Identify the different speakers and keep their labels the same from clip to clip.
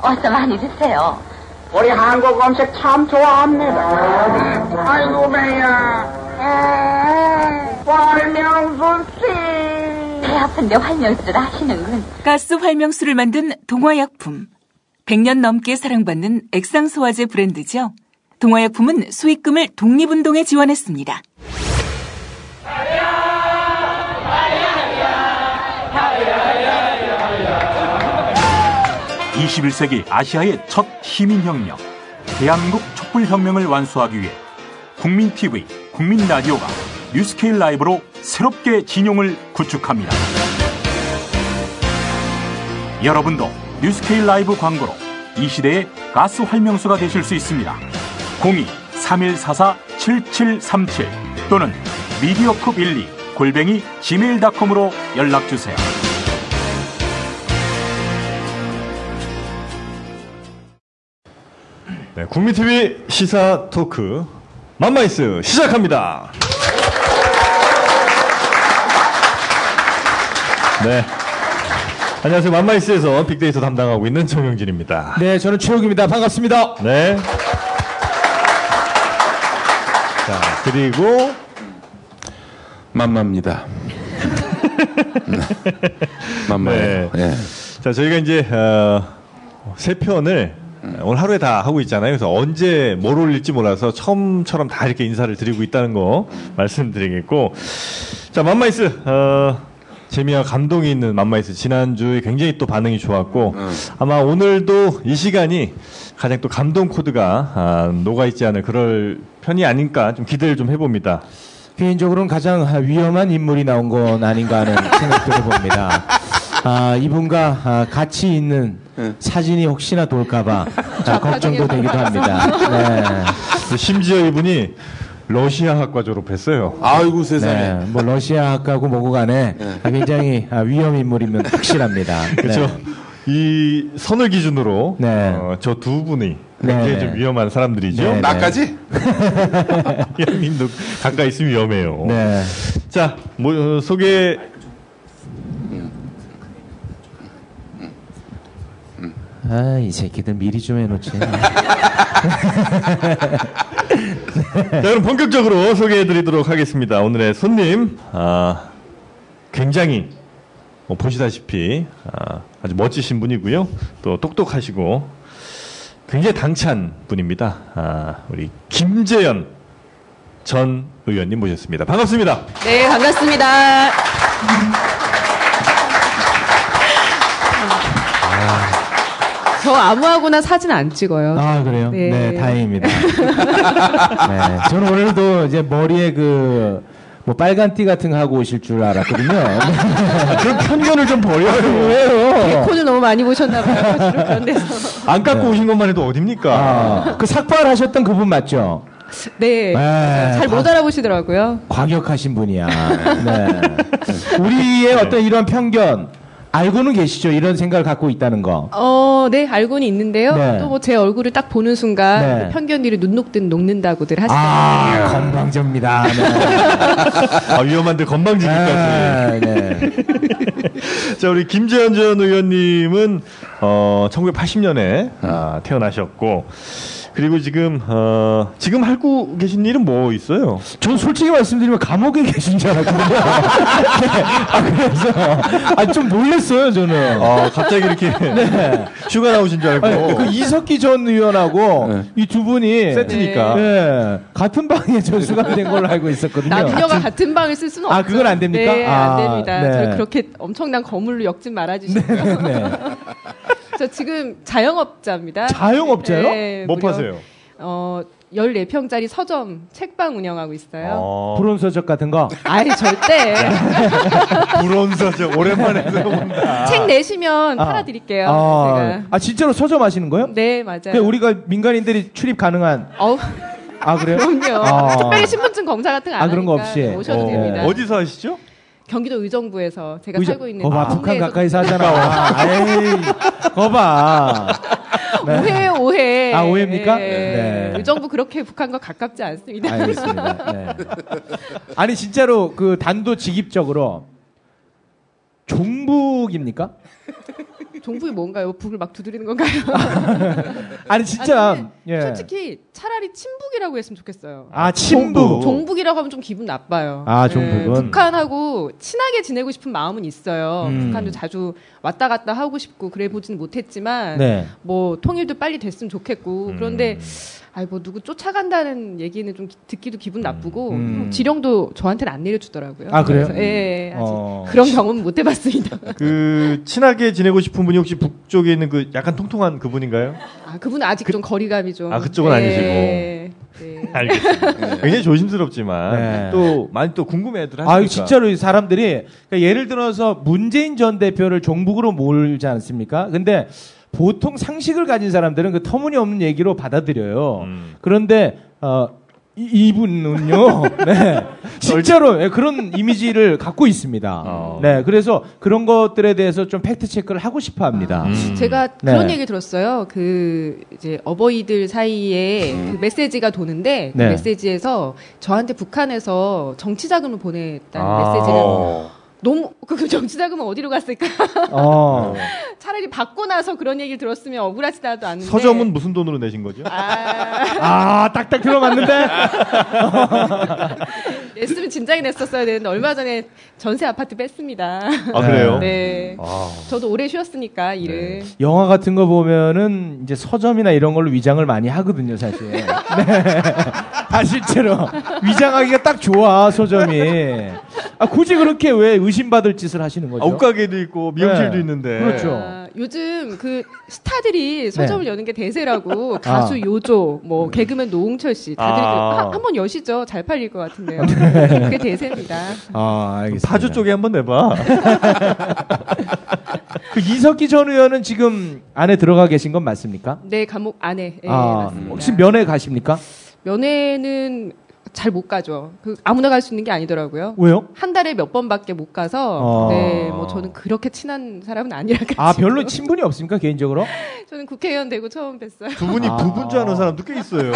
Speaker 1: 어서 많이 드세요.
Speaker 2: 우리 한국 음식 참 좋아합니다. 아이고 매야. 월명수 씨.
Speaker 1: 배 아픈데 활명수를 하시는군.
Speaker 3: 가스 활명수를 만든 동화약품. 100년 넘게 사랑받는 액상소화제 브랜드죠. 동화약품은 수익금을 독립운동에 지원했습니다.
Speaker 4: 다 21세기 아시아의 첫 시민혁명, 대한민국 촛불혁명을 완수하기 위해 국민TV, 국민라디오가 뉴스케일 라이브로 새롭게 진용을 구축합니다. 여러분도 뉴스케일 라이브 광고로 이 시대의 가스 활명수가 되실 수 있습니다. 02-3144-7737 또는 미디어컵12 골뱅이 gmail.com으로 연락주세요.
Speaker 5: 네, 국민TV 시사 토크 만마이스 시작합니다. 네. 안녕하세요. 만마이스에서 빅데이터 담당하고 있는 정영진입니다.
Speaker 6: 네, 저는 최욱입니다. 반갑습니다.
Speaker 5: 네. 자, 그리고
Speaker 7: 맘마입니다. 맘마예요.
Speaker 5: 네.
Speaker 7: 예.
Speaker 5: 자, 저희가 이제 어, 세 편을 오늘 하루에 다 하고 있잖아요. 그래서 언제 뭘 올릴지 몰라서 처음처럼 다 이렇게 인사를 드리고 있다는 거 말씀드리겠고, 자 만마이스 어, 재미와 감동이 있는 만마이스 지난주에 굉장히 또 반응이 좋았고 아마 오늘도 이 시간이 가장 또 감동 코드가 아, 녹아 있지 않을 그럴 편이 아닐까 좀 기대를 좀 해봅니다.
Speaker 6: 개인적으로는 가장 아, 위험한 인물이 나온 건 아닌가 하는 생각도 해봅니다. 아, 이분과 아, 같이 있는
Speaker 7: 네.
Speaker 6: 사진이 혹시나 돌까봐 아, 걱정도 되기도 합니다. 네.
Speaker 5: 심지어 이분이 러시아학과 졸업했어요.
Speaker 7: 아이고 세상에. 네.
Speaker 6: 네, 뭐 러시아학하고 뭐고 간에 아, 굉장히 아, 위험 인물이면 확실합니다. 네.
Speaker 5: 그렇죠. 이 선을 기준으로 어,
Speaker 6: 네.
Speaker 5: 저 두 분이
Speaker 6: 네.
Speaker 5: 굉장히 좀 위험한 사람들이죠.
Speaker 6: 네.
Speaker 7: 나까지?
Speaker 5: 양님도 가까이 있으면 위험해요.
Speaker 6: 네.
Speaker 5: 자, 뭐 어, 소개
Speaker 6: 아, 이 새끼들 미리 좀 해놓지. 네.
Speaker 5: 자, 그럼 본격적으로 소개해드리도록 하겠습니다. 오늘의 손님, 아, 굉장히 뭐 보시다시피 아, 아주 멋지신 분이고요. 또 똑똑하시고 굉장히 당찬 분입니다. 아, 우리 김재현 전 의원님 모셨습니다. 반갑습니다.
Speaker 8: 네, 반갑습니다. 저 아무하고나 사진 안 찍어요.
Speaker 6: 아 그래요? 네,
Speaker 8: 네.
Speaker 6: 다행입니다. 네, 저는 오늘도 이제 머리에 그. 뭐 빨간 띠 같은 거 하고 오실 줄 알았거든요. 네.
Speaker 5: 그런 편견을 좀 버려요.
Speaker 6: 왜요?
Speaker 8: 코를 너무 많이 보셨나봐요. 그런 데서.
Speaker 5: 안 갖고 오신 것만 해도 어딥니까?
Speaker 6: 아, 그 삭발 하셨던 그분 맞죠?
Speaker 8: 네.
Speaker 6: 네,
Speaker 8: 잘 못 알아보시더라고요.
Speaker 6: 과격하신 분이야. 네. 우리의 어떤 이런 편견 알고는 계시죠? 이런 생각을 갖고 있다는 거.
Speaker 8: 어, 네, 알고는 있는데요.
Speaker 6: 네.
Speaker 8: 또 뭐 제 얼굴을 딱 보는 순간
Speaker 6: 네.
Speaker 8: 그 편견들이 눈 녹듯 녹는다고들 하시더라고요.
Speaker 6: 아 건방져입니다. 네.
Speaker 5: 아, 위험한데 건방지기까지.
Speaker 6: 네, 네.
Speaker 5: 자, 우리 김재현 전 의원님은 어, 1980년에 아, 태어나셨고 그리고 지금 어, 지금 하고 계신 일은 뭐 있어요?
Speaker 6: 전 솔직히 말씀드리면 감옥에 계신 줄 알았거든요. 네. 아, 그래서. 아, 좀 놀랐어요, 저는.
Speaker 5: 아, 갑자기 이렇게 휴가 나오신 줄 알고 뭐
Speaker 6: 아니, 그 이석기 전 의원하고 이 두 분이.
Speaker 5: 네. 세트니까.
Speaker 6: 네. 같은 방에 저 수감된 걸로 알고 있었거든요.
Speaker 8: 남녀가 같은 방을 쓸 수는
Speaker 6: 아,
Speaker 8: 없어요.
Speaker 6: 그건 안 됩니까?
Speaker 8: 네,
Speaker 6: 아,
Speaker 8: 안 됩니다.
Speaker 6: 네.
Speaker 8: 저 그렇게 엄청난 거물로 역진 말아주시고요.
Speaker 6: 네.
Speaker 8: 저 지금 자영업자입니다. 네,
Speaker 6: 자영업자요?
Speaker 5: 못
Speaker 8: 무려,
Speaker 5: 뭐 파세요.
Speaker 8: 어, 14평짜리 서점, 책방 운영하고 있어요.
Speaker 5: 어,
Speaker 6: 불온서적 같은 거.
Speaker 8: 아이, 절대.
Speaker 5: 불온서적 오랜만에 들어본다.
Speaker 8: 책 내시면
Speaker 6: 아.
Speaker 8: 팔아드릴게요.
Speaker 6: 아, 아, 진짜로 서점 하시는 거예요?
Speaker 8: 제가. 네, 맞아요.
Speaker 6: 그냥 우리가 민간인들이 출입 가능한.
Speaker 8: 어우,
Speaker 6: 아, 그래요?
Speaker 8: 그럼요.
Speaker 6: 아.
Speaker 8: 특별히 신분증 검사 같은 거 안
Speaker 6: 아, 그런 거
Speaker 8: 하니까
Speaker 6: 없이.
Speaker 8: 오셔도
Speaker 6: 어.
Speaker 8: 됩니다.
Speaker 5: 어디서 하시죠?
Speaker 8: 경기도 의정부에서 제가
Speaker 6: 의자-
Speaker 8: 살고 있는
Speaker 6: 거봐, 어, 북한
Speaker 8: 동네에서
Speaker 6: 가까이서 하잖아. 와, 에이, 거봐.
Speaker 8: 오해 오해.
Speaker 6: 네. 아, 오해입니까? 네. 아.
Speaker 8: 네. 의정부 그렇게 북한과 가깝지 않습니다.
Speaker 6: 알겠습니다. 네. 아니 진짜로 그 단도직입적으로 종북입니까?
Speaker 8: 종북이 뭔가요? 북을 막 두드리는 건가요?
Speaker 6: 아니 진짜
Speaker 8: 아니,
Speaker 6: 예.
Speaker 8: 솔직히 차라리 친북이라고 했으면 좋겠어요.
Speaker 6: 아 친부.
Speaker 8: 종북이라고 하면 좀 기분 나빠요.
Speaker 6: 아,
Speaker 8: 예,
Speaker 6: 종북은.
Speaker 8: 북한하고 친하게 지내고 싶은 마음은 있어요.
Speaker 6: 음.
Speaker 8: 북한도 자주 왔다 갔다 하고 싶고 그래 보진 못했지만
Speaker 6: 네. 음.
Speaker 8: 뭐 통일도 빨리 됐으면 좋겠고 그런데 아이 뭐 누구 쫓아간다는 얘기는 좀 기- 듣기도 기분 나쁘고
Speaker 6: 음.
Speaker 8: 지령도 저한테는 안 내려주더라고요.
Speaker 6: 아, 그래요?
Speaker 8: 그래서 예, 예, 아직
Speaker 6: 어.
Speaker 8: 그런 경험 못 해봤습니다.
Speaker 5: 그 친하게 지내고 싶은 분이 혹시 북쪽에 있는 그 약간 통통한 그분인가요?
Speaker 8: 아 그분은 아직 좀 거리감이 좀. 네,
Speaker 5: 아, 그쪽은 음.
Speaker 8: 아니시고.
Speaker 5: 알겠습니다. 굉장히 조심스럽지만
Speaker 6: 네.
Speaker 5: 또 많이 또 궁금해들 하시니까.
Speaker 6: 아, 이거 진짜로 이 사람들이 그러니까 예를 들어서 문재인 전 대표를 종북으로 몰지 않습니까? 근데 보통 상식을 가진 사람들은 그 터무니없는 얘기로 받아들여요.
Speaker 5: 음.
Speaker 6: 그런데 어, 이, 분은요 네, 실제로 예, 그런 이미지를 갖고 있습니다.
Speaker 5: 어.
Speaker 6: 네, 그래서 그런 것들에 대해서 좀 팩트 체크를 하고 싶어합니다.
Speaker 5: 음.
Speaker 8: 제가
Speaker 6: 네.
Speaker 8: 그런 얘기 들었어요. 그 이제 어버이들 사이에
Speaker 5: 음.
Speaker 8: 그 메시지가 도는데 그
Speaker 6: 네.
Speaker 8: 메시지에서 저한테 북한에서 정치 자금을 보냈다는
Speaker 6: 아.
Speaker 8: 메시지를
Speaker 5: 어.
Speaker 8: 너무 그 정치 자금은 어디로 갔을까?
Speaker 6: 어.
Speaker 8: 차라리 받고 나서 그런 얘기를 들었으면 억울하지도 않은데.
Speaker 5: 서점은 무슨 돈으로 내신 거죠?
Speaker 8: 아,
Speaker 6: 아, 딱딱 들어맞는데?
Speaker 8: 냈으면 진작에 냈었어야 되는데 얼마 전에 전세 아파트 뺐습니다.
Speaker 5: 아 그래요?
Speaker 8: 네.
Speaker 5: 아. 네.
Speaker 8: 저도 오래 쉬었으니까 일을.
Speaker 6: 영화 같은 거 보면은 이제 서점이나 이런 걸로 위장을 많이 하거든요, 사실. 네. 아, 실제로. 위장하기가 딱 좋아, 서점이. 아, 굳이 그렇게 왜 의심받을 짓을 하시는 거죠?
Speaker 5: 아, 옷가게도 있고 미용실도
Speaker 6: 네.
Speaker 5: 있는데.
Speaker 6: 그렇죠.
Speaker 8: 아, 요즘 그 스타들이 서점을 여는 게 대세라고 가수
Speaker 6: 네. 아.
Speaker 8: 요조, 뭐 개그맨 노홍철 씨 다들
Speaker 5: 아.
Speaker 8: 그- 하- 한번 여시죠. 잘 팔릴 것 같은데요.
Speaker 6: 네.
Speaker 8: 그게 대세입니다.
Speaker 6: 아, 알겠습니다.
Speaker 5: 파주 쪽에 한번 내봐.
Speaker 6: 그 이석기 전 의원은 지금 안에 들어가 계신 건 맞습니까?
Speaker 8: 네, 감옥 안에. 예,
Speaker 6: 아,
Speaker 8: 맞습니다.
Speaker 6: 혹시 면회 가십니까?
Speaker 8: 면회는 잘 못 가죠. 그 아무나 갈 수 있는 게 아니더라고요.
Speaker 6: 왜요?
Speaker 8: 한 달에 몇 번밖에 못 가서
Speaker 6: 아.
Speaker 8: 네, 뭐 저는 그렇게 친한 사람은 아니라 가지고
Speaker 6: 아, 별로 친분이 없습니까, 개인적으로?
Speaker 8: 저는 국회의원 되고 처음 뵀어요.
Speaker 5: 두 분이
Speaker 6: 아.
Speaker 5: 부분 줄 아는 사람도 꽤 있어요.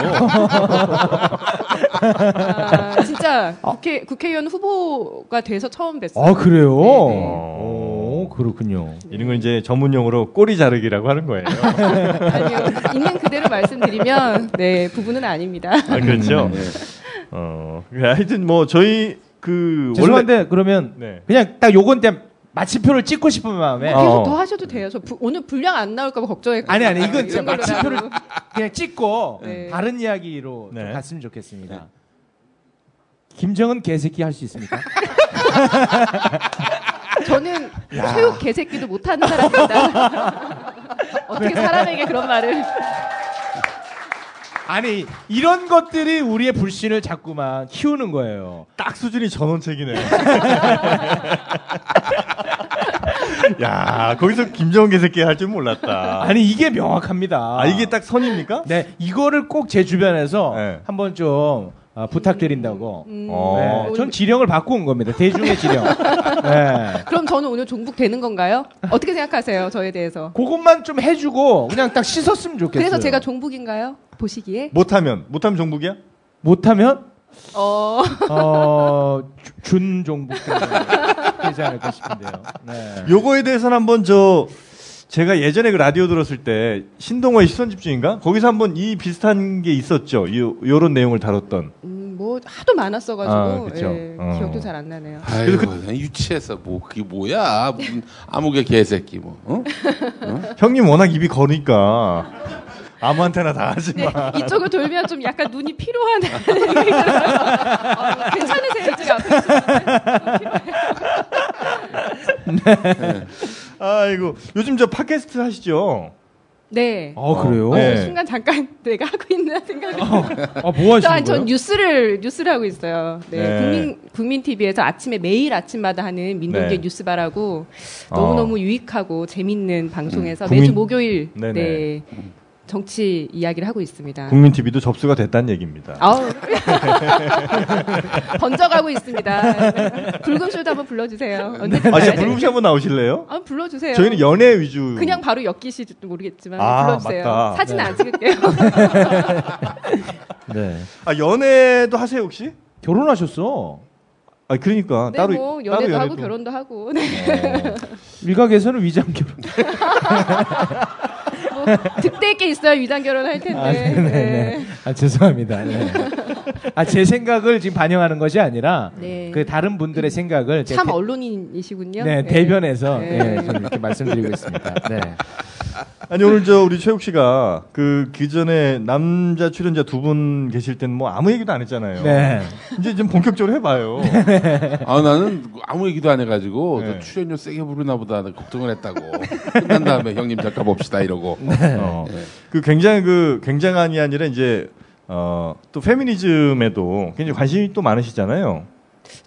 Speaker 8: 아, 진짜
Speaker 6: 어.
Speaker 8: 국회 국회의원 후보가 돼서 처음 뵀어요.
Speaker 6: 아, 그래요?
Speaker 8: 네, 네.
Speaker 6: 오, 그렇군요.
Speaker 5: 어. 이런 걸 이제 전문용어로 꼬리 자르기라고 하는 거예요.
Speaker 8: 아니요. 있는 그대로 말씀드리면 네 부분은 아닙니다.
Speaker 5: 아,
Speaker 6: 음,
Speaker 5: 그렇죠.
Speaker 6: 네.
Speaker 5: 어, 하여튼 뭐 저희 그
Speaker 6: 죄송한데, 그러면
Speaker 5: 네.
Speaker 6: 그냥 딱 요건 때 마침표를 찍고 싶은 마음에
Speaker 8: 계속 더 하셔도 돼요. 저 부- 오늘 분량 안 나올까봐 걱정했거든요.
Speaker 6: 어. 아니 아니 이건 진짜
Speaker 8: 이런 걸로
Speaker 6: 마침표를
Speaker 8: 나오고.
Speaker 6: 그냥 찍고
Speaker 8: 네.
Speaker 6: 다른 이야기로
Speaker 5: 네.
Speaker 6: 좀 갔으면 좋겠습니다. 네. 김정은 개새끼 할 수 있습니까?
Speaker 8: 저는 체육 개새끼도 못하는 사람입니다. 어떻게 사람에게 그런 말을?
Speaker 6: 아니 이런 것들이 우리의 불신을 자꾸만 키우는 거예요.
Speaker 5: 딱 수준이 전원책이네. 야, 거기서 김정은 개새끼 할 줄 몰랐다.
Speaker 6: 아니 이게 명확합니다.
Speaker 5: 아, 이게 딱 선입니까?
Speaker 6: 네 이거를 꼭 제 주변에서
Speaker 5: 네.
Speaker 6: 한번 좀 아, 부탁드린다고.
Speaker 8: 음,
Speaker 5: 어.
Speaker 6: 네, 전 지령을 받고 온 겁니다. 대중의 지령. 네.
Speaker 8: 그럼 저는 오늘 종북 되는 건가요? 어떻게 생각하세요? 저에 대해서.
Speaker 6: 그것만 좀 해주고 그냥 딱 씻었으면 좋겠어요.
Speaker 8: 그래서 제가 종북인가요? 보시기에?
Speaker 5: 못하면 못하면 종북이야?
Speaker 6: 못하면
Speaker 8: 어.
Speaker 6: 어, 주- 준종북 되지 않을까 싶은데요. 네.
Speaker 5: 요거에 대해서는 한번 저 제가 예전에 그 라디오 들었을 때 신동호의 시선집중인가? 거기서 한번 이 비슷한 게 있었죠. 이 요런 내용을 다뤘던.
Speaker 8: 음, 뭐 하도
Speaker 5: 아,
Speaker 8: 많았어가지고
Speaker 5: 그쵸.
Speaker 8: 예,
Speaker 5: 어.
Speaker 8: 기억도 잘 안 나네요.
Speaker 7: 아이고, 그냥 유치해서 뭐 그게 뭐야? 무슨 아무개 개새끼 뭐. 어?
Speaker 5: 형님 워낙 입이 거니까 아무한테나 다 하지
Speaker 8: 네.
Speaker 5: 마.
Speaker 8: 이쪽을 돌면 좀 약간 눈이 피로한 느낌이 들어요. 어, 괜찮으세요? 이쪽 앞에
Speaker 5: 아이고 요즘 저 팟캐스트 하시죠?
Speaker 8: 네.
Speaker 6: 아, 그래요?
Speaker 8: 어,
Speaker 5: 네.
Speaker 8: 순간 잠깐 내가 하고 있나 생각이.
Speaker 6: 아, 뭐 하시는
Speaker 8: 일단
Speaker 6: 거예요?
Speaker 8: 전 뉴스를 뉴스를 하고 있어요. 네,
Speaker 5: 네.
Speaker 8: 국민 국민 TV에서 아침에 매일 아침마다 하는 민동기
Speaker 5: 네. 어.
Speaker 8: 뉴스바라고 너무 너무 유익하고 재밌는 방송에서
Speaker 5: 음, 국민-
Speaker 8: 매주 목요일
Speaker 5: 네네.
Speaker 8: 네, 정치 이야기를 하고 있습니다.
Speaker 5: 국민 TV도 접수가 됐다는 얘기입니다.
Speaker 8: 아우 번져가고 있습니다. 불금쇼도 한번 불러주세요. 언제든
Speaker 5: 아, 진짜
Speaker 8: 가야지.
Speaker 5: 불금쇼 한번 나오실래요?
Speaker 8: 아, 불러주세요.
Speaker 5: 저희는 연애 위주.
Speaker 8: 네. 그냥 바로 엮이실지도 모르겠지만
Speaker 5: 아,
Speaker 8: 불러주세요.
Speaker 5: 맞다.
Speaker 8: 사진 은안 찍을게요.
Speaker 6: 네.
Speaker 5: 아 연애도 하세요 혹시?
Speaker 6: 결혼하셨어.
Speaker 5: 아 그러니까
Speaker 8: 네,
Speaker 5: 따로
Speaker 8: 뭐
Speaker 5: 따로
Speaker 8: 연애도 하고
Speaker 5: 연애도-
Speaker 8: 결혼도 하고 네,
Speaker 6: 일각에서는 위장 결혼.
Speaker 8: 뭐 득대 있게 있어야 위장 결혼할 텐데.
Speaker 6: 아, 네네네. 아, 죄송합니다. 네. 아, 제 생각을 지금 반영하는 것이 아니라
Speaker 8: 네.
Speaker 6: 그 다른 분들의 생각을 제가
Speaker 8: 참
Speaker 6: 대-
Speaker 8: 언론인이시군요.
Speaker 6: 네, 대변해서
Speaker 8: 네.
Speaker 6: 예, 좀 이렇게 말씀드리고 있습니다. 네.
Speaker 5: 아니 오늘 저 우리 최욱 씨가 그 기존에 남자 출연자 두 분 계실 때는 뭐 아무 얘기도 안 했잖아요.
Speaker 6: 네.
Speaker 5: 이제 좀 본격적으로 해봐요.
Speaker 7: 아 나는 아무 얘기도 안 해가지고
Speaker 5: 네.
Speaker 7: 저 출연료 세게 부르나 보다 걱정을 했다고 끝난 다음에 형님 잠깐 봅시다 이러고
Speaker 6: 네.
Speaker 5: 어, 그 굉장히 그 굉장한이 아니라 이제 어, 또 페미니즘에도 굉장히 관심이 또 많으시잖아요.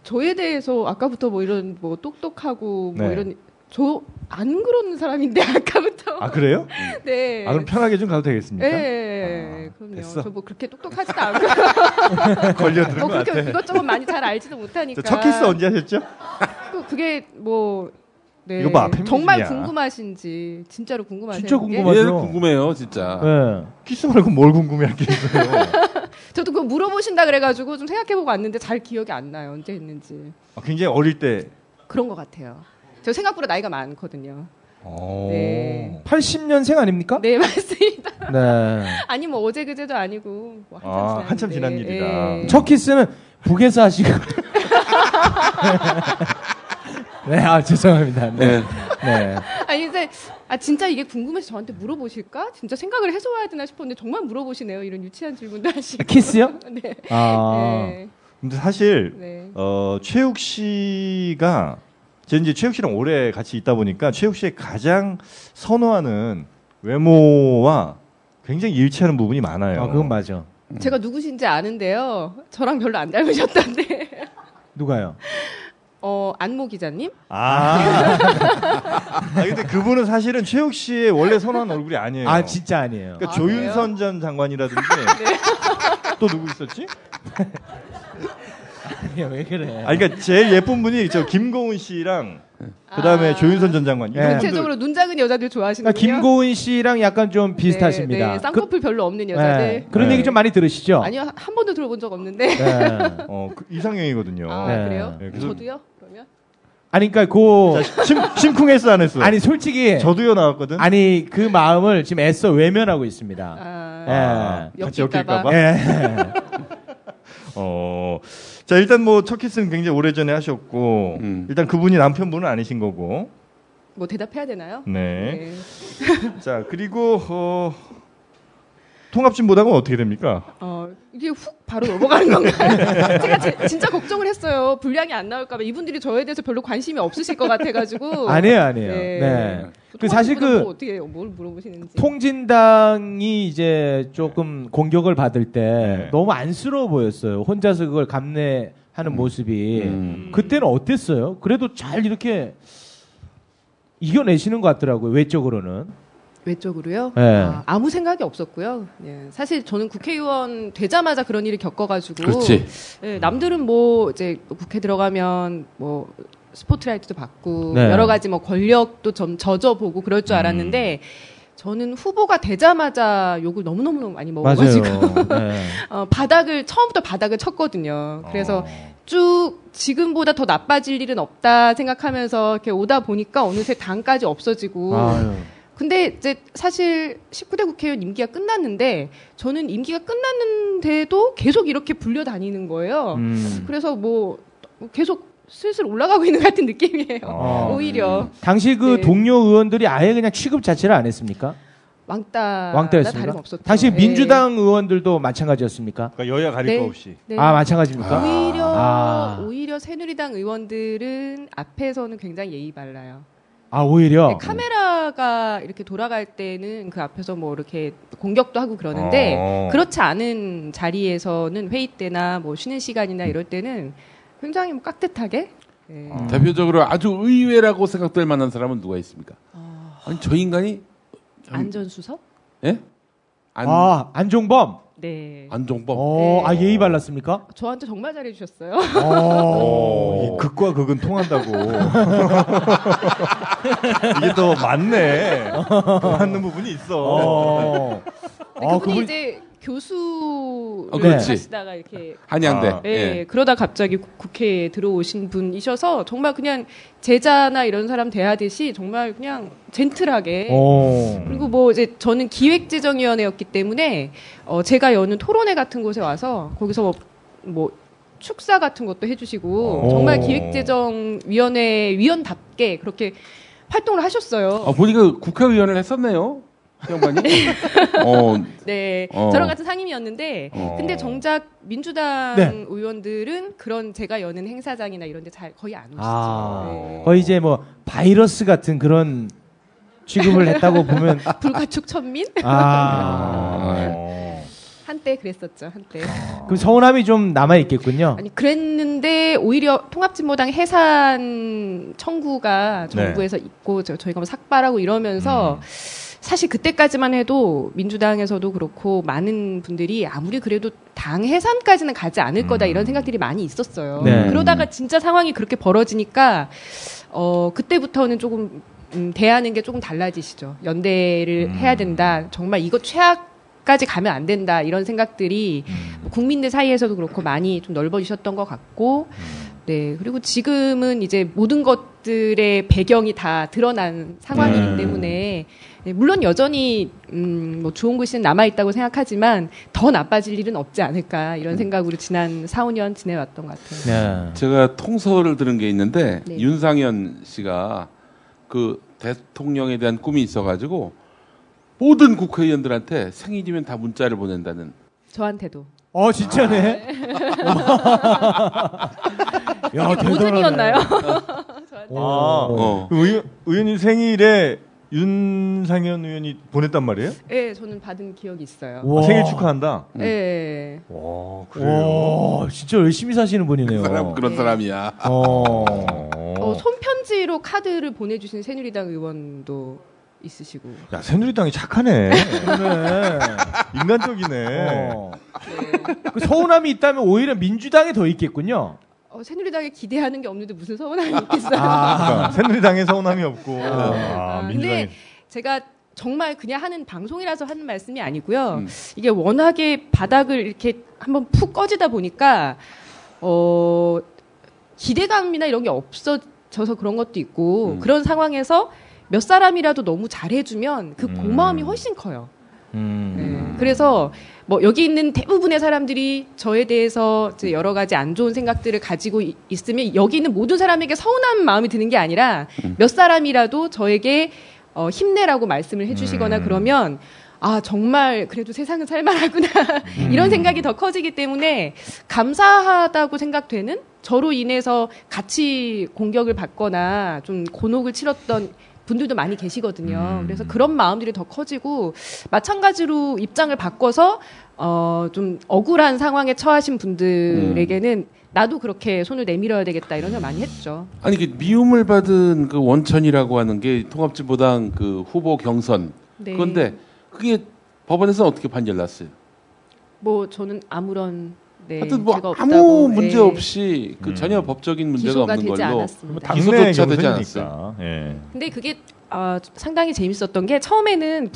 Speaker 8: 저에 대해서 아까부터 뭐 이런 뭐 똑똑하고 뭐
Speaker 5: 네.
Speaker 8: 이런 저 안 그런 사람인데 아까부터.
Speaker 5: 아 그래요?
Speaker 8: 네.
Speaker 5: 아 그럼 편하게 좀 가도 되겠습니까?
Speaker 8: 예,
Speaker 5: 아,
Speaker 8: 그럼요.
Speaker 5: 됐어.
Speaker 8: 저 뭐 그렇게 똑똑하지도 않고,
Speaker 5: 걸려드는
Speaker 8: 뭐
Speaker 5: 것
Speaker 8: 그렇게
Speaker 5: 같아.
Speaker 8: 이것저것 많이 잘 알지도 못하니까.
Speaker 5: 저 첫 키스 언제 하셨죠?
Speaker 8: 그- 그게 뭐, 네.
Speaker 5: 이거 봐, 페미니즘이야.
Speaker 8: 정말 궁금하신지 진짜로 궁금하세요?
Speaker 6: 진짜
Speaker 8: 그게?
Speaker 6: 궁금하죠.
Speaker 7: 얘는 예, 궁금해요 진짜
Speaker 5: 네. 키스 말고 뭘 궁금해할 게 있어요?
Speaker 8: 저도 그거 물어보신다 그래가지고 좀 생각해보고 왔는데 잘 기억이 안 나요. 언제 했는지.
Speaker 5: 아, 굉장히 어릴 때.
Speaker 8: 그런 것 같아요. 저 생각보다 나이가 많거든요.
Speaker 5: 어.
Speaker 8: 네.
Speaker 6: 80년생 아닙니까?
Speaker 8: 네, 맞습니다.
Speaker 6: 네.
Speaker 8: 아니, 뭐 어제 그제도 아니고. 뭐 한참,
Speaker 5: 아,
Speaker 8: 지났는데.
Speaker 5: 한참 지난 일이다.
Speaker 8: 예.
Speaker 6: 첫 키스는 북에서 하시고. 네, 아, 죄송합니다.
Speaker 7: 예,
Speaker 6: 네. 네.
Speaker 8: 아니 근데 아 진짜 이게 궁금해서 저한테 물어보실까? 진짜 생각을 해서 와야 되나 싶었는데 정말 물어보시네요. 이런 유치한 질문도 하시고.
Speaker 6: 아, 키스요?
Speaker 8: 네.
Speaker 6: 아.
Speaker 8: 네.
Speaker 5: 근데 사실
Speaker 8: 네.
Speaker 5: 어, 최욱 씨가 제 이제 최욱 씨랑 오래 같이 있다 보니까 최욱 씨의 가장 선호하는 외모와 굉장히 일치하는 부분이 많아요.
Speaker 6: 아, 그건 맞아.
Speaker 8: 제가 누구신지 아는데요. 저랑 별로 안 닮으셨던데.
Speaker 6: 누가요?
Speaker 8: 어, 안모 기자님?
Speaker 5: 아. 아, 근데 그분은 사실은 최욱 씨의 원래 선호한 얼굴이 아니에요.
Speaker 6: 아, 진짜 아니에요.
Speaker 5: 그러니까
Speaker 8: 아,
Speaker 5: 조윤선 전 장관이라든지 또 누구 있었지?
Speaker 6: 야, 왜 그래?
Speaker 5: 아, 그러니까 제일 예쁜 분이 저 김고은 씨랑 그다음에
Speaker 8: 아.
Speaker 5: 조윤선 전 장관.
Speaker 6: 네.
Speaker 5: 이분들
Speaker 8: 대체적으로 눈 작은 여자들 좋아하시는
Speaker 6: 그러니까 김고은 씨랑 약간 좀 비슷하십니다. 그
Speaker 8: 네, 쌍꺼풀 별로 없는 여자들.
Speaker 6: 네. 그런
Speaker 5: 네.
Speaker 6: 얘기 좀 많이 들으시죠?
Speaker 8: 아니요. 한 번도 들어본 적 없는데.
Speaker 6: 네.
Speaker 5: 어, 그 이상형이거든요.
Speaker 8: 아,
Speaker 6: 네.
Speaker 8: 그래요?
Speaker 5: 네, 그래서-
Speaker 8: 저도요. 그러면
Speaker 6: 아니, 그러니까 그,
Speaker 5: 자, 심, 심쿵했어 안 했어?
Speaker 6: 아니, 솔직히.
Speaker 5: 저도요 나왔거든.
Speaker 6: 아니, 그 마음을 지금 애써 외면하고 있습니다.
Speaker 8: 아.
Speaker 5: 아,
Speaker 6: 예.
Speaker 5: 같이
Speaker 8: 엮일까봐.
Speaker 5: 엮일까봐.
Speaker 6: 예.
Speaker 5: 어, 자 일단 뭐 첫 키스는 굉장히 오래 전에 하셨고
Speaker 7: 음.
Speaker 5: 일단 그분이 남편분은 아니신 거고.
Speaker 8: 뭐 대답해야 되나요?
Speaker 5: 네.
Speaker 8: 네.
Speaker 5: 자 그리고 어, 통합진 보다가 어떻게 됩니까?
Speaker 8: 어, 이게 훅 바로 넘어가는 건가요? 제가 지- 진짜 걱정을 했어요. 분량이 안 나올까봐. 이분들이 저에 대해서 별로 관심이 없으실 것 같아가지고.
Speaker 6: 아니에요, 아니에요.
Speaker 8: 네.
Speaker 6: 네.
Speaker 8: 그
Speaker 6: 그 사실 그
Speaker 8: 어떻게 뭘 물어보시는지. 네.
Speaker 6: 통진당이 이제 조금 공격을 받을 때 너무 안쓰러워 보였어요. 혼자서 그걸 감내하는 모습이.
Speaker 7: 음.
Speaker 6: 그때는 어땠어요? 그래도 잘 이렇게 이겨내시는 것 같더라고요, 외적으로는.
Speaker 8: 외적으로요?
Speaker 6: 네.
Speaker 8: 아, 무 생각이 없었고요. 예, 사실 저는 국회의원 되자마자 그런 일을 겪어가지고.
Speaker 7: 그렇지
Speaker 8: 예, 남들은 뭐 이제 국회 들어가면 뭐 스포트라이트도 받고
Speaker 6: 네. 음.
Speaker 8: 여러 가지 뭐 권력도 좀 젖어보고 그럴 줄 알았는데 저는 후보가 되자마자 욕을 너무너무 너무 많이 먹어가지고
Speaker 6: 네.
Speaker 8: 어, 바닥을 처음부터 바닥을 쳤거든요. 그래서
Speaker 6: 어.
Speaker 5: 어.
Speaker 8: 쭉 지금보다 더 나빠질 일은 없다 생각하면서 이렇게 오다 보니까 어느새 당까지 없어지고
Speaker 6: 아유.
Speaker 8: 근데 이제 사실 19대 국회의원 임기가 끝났는데 저는 임기가 끝났는데도 계속 이렇게 불려 다니는 거예요.
Speaker 6: 음.
Speaker 8: 그래서 뭐 계속 슬슬 올라가고 있는 것 같은 느낌이에요.
Speaker 5: 어.
Speaker 8: 오히려
Speaker 6: 당시 그
Speaker 8: 네.
Speaker 6: 동료 의원들이 아예 그냥 취급 자체를 안 했습니까?
Speaker 8: 왕따 아,
Speaker 6: 왕따였습니까?
Speaker 8: 다름없었죠.
Speaker 6: 당시
Speaker 8: 예.
Speaker 6: 민주당 의원들도 마찬가지였습니까?
Speaker 5: 그러니까 여야 가릴
Speaker 8: 네.
Speaker 5: 거 없이.
Speaker 8: 네.
Speaker 6: 아 마찬가지입니까?
Speaker 8: 오히려
Speaker 6: 아.
Speaker 8: 오히려 새누리당 의원들은 앞에서는 굉장히 예의 발라요.
Speaker 6: 아 오히려
Speaker 8: 네, 카메라가 이렇게 돌아갈 때는 그 앞에서 뭐 이렇게 공격도 하고 그러는데
Speaker 5: 어.
Speaker 8: 그렇지 않은 자리에서는 회의 때나 뭐 쉬는 시간이나 이럴 때는 굉장히 뭐 깍듯하게 예.
Speaker 6: 어.
Speaker 7: 음. 대표적으로 아주 의외라고 생각될 만한 사람은 누가 있습니까? 아니 저 인간이
Speaker 8: 안전수석?
Speaker 7: 예? 안
Speaker 6: 아 안종범.
Speaker 8: 네.
Speaker 7: 안종범
Speaker 6: 어, 아 예의 발랐습니까?
Speaker 8: 저한테 정말 잘해주셨어요.
Speaker 5: 오, 어, 이 극과 극은 통한다고. 이게 더 맞네. 맞는 부분이 있어.
Speaker 6: 어.
Speaker 8: 근데 그분이 이제 교수를
Speaker 7: 어, 그렇지.
Speaker 8: 하시다가 이렇게
Speaker 7: 한양대.
Speaker 5: 아.
Speaker 8: 예, 그러다 갑자기 국- 국회에 들어오신 분이셔서 정말 그냥 제자나 이런 사람 대하듯이 정말 그냥 젠틀하게
Speaker 6: 어. 오.
Speaker 8: 그리고 뭐 이제 저는 기획재정위원회였기 때문에 어 제가 여는 토론회 같은 곳에 와서 거기서 뭐, 뭐 축사 같은 것도 해주시고
Speaker 5: 오.
Speaker 8: 정말 기획재정위원회 위원답게 그렇게 활동을 하셨어요.
Speaker 7: 아, 보니까 국회의원을 했었네요. 이 양반이. 어,
Speaker 8: 네,
Speaker 7: 어.
Speaker 8: 저랑 같은 상임이었는데
Speaker 7: 어.
Speaker 8: 근데 정작 민주당
Speaker 6: 네.
Speaker 8: 의원들은 그런 제가 여는 행사장이나 이런 데 잘 거의 안 오시죠.
Speaker 6: 아.
Speaker 8: 네.
Speaker 6: 거의 이제 뭐 바이러스 같은 그런 취급을 했다고 보면
Speaker 8: 불가축 천민
Speaker 5: 어.
Speaker 6: 아.
Speaker 8: 한때 그랬었죠 한때.
Speaker 6: 그럼 서운함이 좀 남아 있겠군요.
Speaker 8: 아니 그랬는데 오히려 통합진보당 해산 청구가
Speaker 6: 네.
Speaker 8: 정부에서 있고 저- 저희가 뭐 삭발하고
Speaker 6: 음.
Speaker 8: 이러면서 사실 그때까지만 해도 민주당에서도 그렇고 많은 분들이 아무리 그래도 당 해산까지는 가지 않을 거다 이런 생각들이 많이 있었어요.
Speaker 6: 음. 네.
Speaker 8: 그러다가 진짜 상황이 그렇게 벌어지니까 어 그때부터는 조금 음, 대하는 게 조금 달라지시죠. 연대를
Speaker 6: 음.
Speaker 8: 해야 된다. 정말 이거 최악 까지 가면 안 된다 이런 생각들이 국민들 사이에서도 그렇고 많이 좀 넓어지셨던 것 같고 네 그리고 지금은 이제 모든 것들의 배경이 다 드러난 상황이기
Speaker 6: 음.
Speaker 8: 때문에 네, 물론 여전히 음뭐 주홍구 씨는 남아 있다고 생각하지만 더 나빠질 일은 없지 않을까 이런 생각으로 지난 4, 5년 지내왔던 것 같아요.
Speaker 6: 음. 네.
Speaker 7: 제가 통서를 들은 게 있는데
Speaker 8: 네.
Speaker 7: 윤상현 씨가 그 대통령에 대한 꿈이 있어가지고 모든 국회의원들한테 생일이면 다 문자를 보낸다는.
Speaker 8: 저한테도
Speaker 6: 어 진짜네. 아. 야
Speaker 8: 모순이었나요?
Speaker 5: 아,
Speaker 7: 어.
Speaker 5: 그 의원, 의원님 생일에 윤상현 의원이 보냈단 말이에요?
Speaker 8: 네 저는 받은 기억이 있어요.
Speaker 5: 아, 생일 축하한다.
Speaker 8: 네.
Speaker 5: 와,
Speaker 6: 와, 진짜 열심히 사시는 분이네요.
Speaker 7: 그 사람 그런
Speaker 8: 네.
Speaker 7: 사람이야.
Speaker 6: 어.
Speaker 8: 어, 손편지로 카드를 보내주신 새누리당 의원도 있으시고.
Speaker 5: 야, 새누리당이 착하네.
Speaker 6: 그러네.
Speaker 5: 인간적이네.
Speaker 6: 어. 그 서운함이 있다면 오히려 민주당에 더 있겠군요.
Speaker 8: 어, 새누리당에 기대하는 게 없는데 무슨 서운함이 있겠어요.
Speaker 6: 아.
Speaker 5: 그러니까 새누리당에 서운함이 없고.
Speaker 8: 아,
Speaker 5: 아, 민주당이.
Speaker 8: 근데 제가 정말 그냥 하는 방송이라서 하는 말씀이 아니고요.
Speaker 7: 음.
Speaker 8: 이게 워낙에 바닥을 이렇게 한번 푹 꺼지다 보니까 어 기대감이나 이런 게 없어져서 그런 것도 있고
Speaker 7: 음.
Speaker 8: 그런 상황에서 몇 사람이라도 너무 잘해주면
Speaker 5: 음.
Speaker 8: 그 고마움이 훨씬 커요. 네. 그래서 뭐 여기 있는 대부분의 사람들이 저에 대해서 이제 여러 가지 안 좋은 생각들을 가지고 이- 있으면 여기 있는 모든 사람에게 서운한 마음이 드는 게 아니라 몇 사람이라도 저에게 어, 힘내라고 말씀을 해주시거나
Speaker 7: 음.
Speaker 8: 그러면 아 정말 그래도 세상은 살만하구나 이런
Speaker 7: 음.
Speaker 8: 생각이 더 커지기 때문에 감사하다고 생각되는 저로 인해서 같이 공격을 받거나 좀 곤혹을 치렀던 분들도 많이 계시거든요. 그래서 그런 마음들이 더 커지고 마찬가지로 입장을 바꿔서 어, 좀 억울한 상황에 처하신 분들에게는
Speaker 7: 음.
Speaker 8: 나도 그렇게 손을 내밀어야 되겠다 이런 생각 많이 했죠.
Speaker 7: 아니 그 미움을 받은 그 원천이라고 하는 게 통합진보당 그 후보 경선.
Speaker 8: 네.
Speaker 7: 그런데 그게 법원에서 어떻게 판결 났어요?
Speaker 8: 뭐 저는 아무런 네,
Speaker 7: 하여튼 뭐
Speaker 8: 죄가
Speaker 7: 아무
Speaker 8: 없다고,
Speaker 7: 문제
Speaker 8: 예,
Speaker 7: 없이 그 전혀 법적인 문제가
Speaker 8: 기소가
Speaker 7: 없는
Speaker 8: 되지
Speaker 7: 걸로.
Speaker 8: 않았습니다.
Speaker 5: 당내
Speaker 7: 기소조차 되지
Speaker 5: 경선이니까. 예.
Speaker 8: 근데 그게 아, 상당히 재밌었던 게 처음에는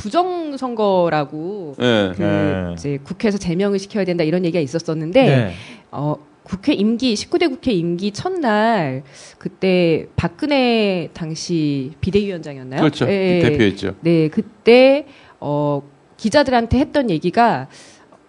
Speaker 8: 부정선거라고
Speaker 7: 예.
Speaker 8: 그
Speaker 5: 네.
Speaker 8: 이제 국회에서 제명을 시켜야 된다 이런 얘기가
Speaker 6: 네.
Speaker 8: 있었었는데 어, 국회 임기 19대 국회 임기 첫날 그때 박근혜 당시 비대위원장이었나요?
Speaker 7: 그렇죠.
Speaker 8: 예,
Speaker 7: 대표였죠.
Speaker 8: 네, 그때 어, 기자들한테 했던 얘기가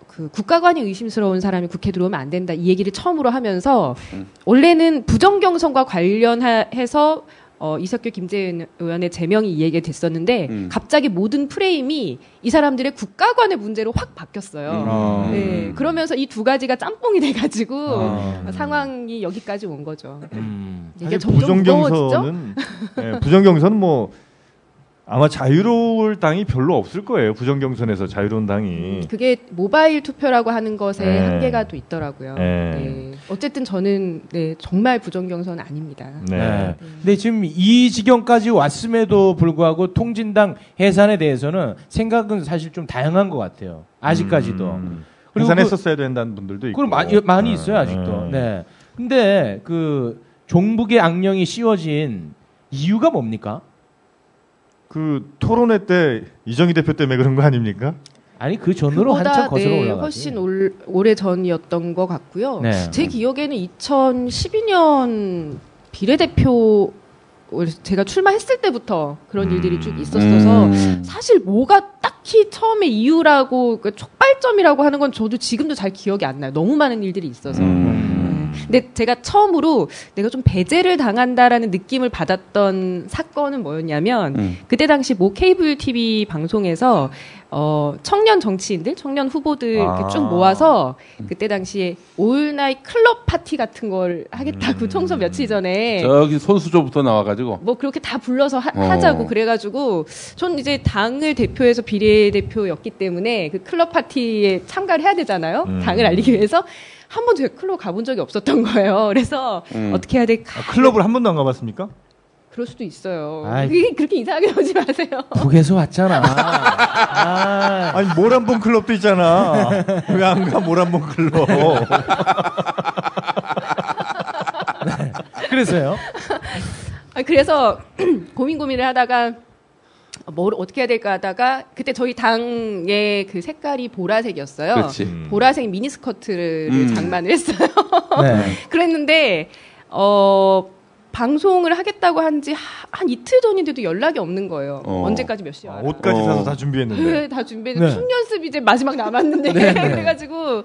Speaker 8: 그 국가관이 의심스러운 사람이 국회 들어오면 안 된다 이 얘기를 처음으로 하면서
Speaker 7: 음.
Speaker 8: 원래는 부정경선과 관련해서 어, 이석규 김재현 의원의 제명이 이얘기가 됐었는데
Speaker 7: 음.
Speaker 8: 갑자기 모든 프레임이 이 사람들의 국가관의 문제로 확 바뀌었어요.
Speaker 7: 음.
Speaker 6: 어.
Speaker 8: 네, 그러면서 이 두 가지가 짬뽕이 돼가지고
Speaker 6: 아.
Speaker 8: 상황이 여기까지 온 거죠.
Speaker 6: 음.
Speaker 8: 이게
Speaker 5: 사실
Speaker 8: 점점 무거워지죠?
Speaker 5: 부정경선은 예, 부정경선은 뭐 아마 자유로울 당이 별로 없을 거예요. 부정경선에서 자유로운
Speaker 6: 음.
Speaker 5: 당이.
Speaker 8: 그게 모바일 투표라고 하는 것에
Speaker 5: 네.
Speaker 8: 한계가 또 있더라고요.
Speaker 5: 네.
Speaker 8: 네. 어쨌든 저는 네, 정말 부정경선 아닙니다.
Speaker 5: 네.
Speaker 6: 네. 근데 지금 이 지경까지 왔음에도 불구하고 통진당 해산에 대해서는 생각은 사실 좀 다양한 것 같아요. 아직까지도.
Speaker 5: 음.
Speaker 6: 그리고
Speaker 5: 해산했었어야 된다는 분들도 있고.
Speaker 6: 그걸 많이, 많이 있어요 아직도. 네. 근데 그 종북의 악령이 씌워진 이유가 뭡니까?
Speaker 5: 그 토론회 때 이정희 대표 때문에 그런 거 아닙니까?
Speaker 6: 아니 그 전으로 한참
Speaker 8: 그보다
Speaker 6: 거슬러
Speaker 8: 네,
Speaker 6: 올라가지.
Speaker 8: 훨씬 올, 오래 전이었던 것 같고요.
Speaker 6: 네.
Speaker 8: 제 기억에는 2012년 비례대표 제가 출마했을 때부터 그런
Speaker 6: 음.
Speaker 8: 일들이 쭉 있었어서
Speaker 7: 음.
Speaker 8: 사실 뭐가 딱히 처음에 이유라고 그 촉발점이라고 하는 건 저도 지금도 잘 기억이 안 나요. 너무 많은 일들이 있어서. 음. 근데 제가 처음으로 내가 좀 배제를 당한다라는 느낌을 받았던 사건은 뭐였냐면
Speaker 7: 음.
Speaker 8: 그때 당시 모 케이블 TV 방송에서 어 청년 정치인들, 청년 후보들 이렇게 쭉 모아서 그때 당시에 올나이 클럽 파티 같은 걸 하겠다고 총선 며칠 전에
Speaker 7: 저기 손수조부터 나와가지고
Speaker 8: 뭐 그렇게 다 불러서 하,
Speaker 7: 어.
Speaker 8: 자고 그래가지고 전 이제 당을 대표해서 비례대표였기 때문에 그 클럽 파티에 참가를 해야 되잖아요.
Speaker 7: 음.
Speaker 8: 당을 알리기 위해서 한 번도 제 클럽 가본 적이 없었던 거예요. 그래서
Speaker 7: 음.
Speaker 8: 어떻게 해야 돼?
Speaker 5: 아, 클럽을 한 번도 안 가봤습니까?
Speaker 8: 그럴 수도 있어요.
Speaker 6: 아이.
Speaker 8: 그게 그렇게 이상하게 나오지 마세요.
Speaker 6: 북에서 왔잖아. 아,
Speaker 5: 아니 모란봉 클럽도 있잖아. 왜 안 가 모란봉 클럽?
Speaker 6: 그래서요?
Speaker 8: 아, 그래서 고민 고민을 하다가 뭘 어떻게 해야 될까 하다가 그때 저희 당의 그 색깔이 보라색이었어요.
Speaker 7: 그렇지.
Speaker 8: 보라색 미니스커트를
Speaker 7: 음.
Speaker 8: 장만을 했어요.
Speaker 6: 네.
Speaker 8: 그랬는데 어 방송을 하겠다고 한지 하- 한 이틀 전인데도 연락이 없는 거예요.
Speaker 7: 어.
Speaker 8: 언제까지 몇 시에 와라.
Speaker 5: 옷까지
Speaker 7: 어.
Speaker 5: 사서 다 준비했는데.
Speaker 8: 네, 다 준비했는데
Speaker 6: 네.
Speaker 8: 춤 연습 이제 마지막 남았는데 그래가지고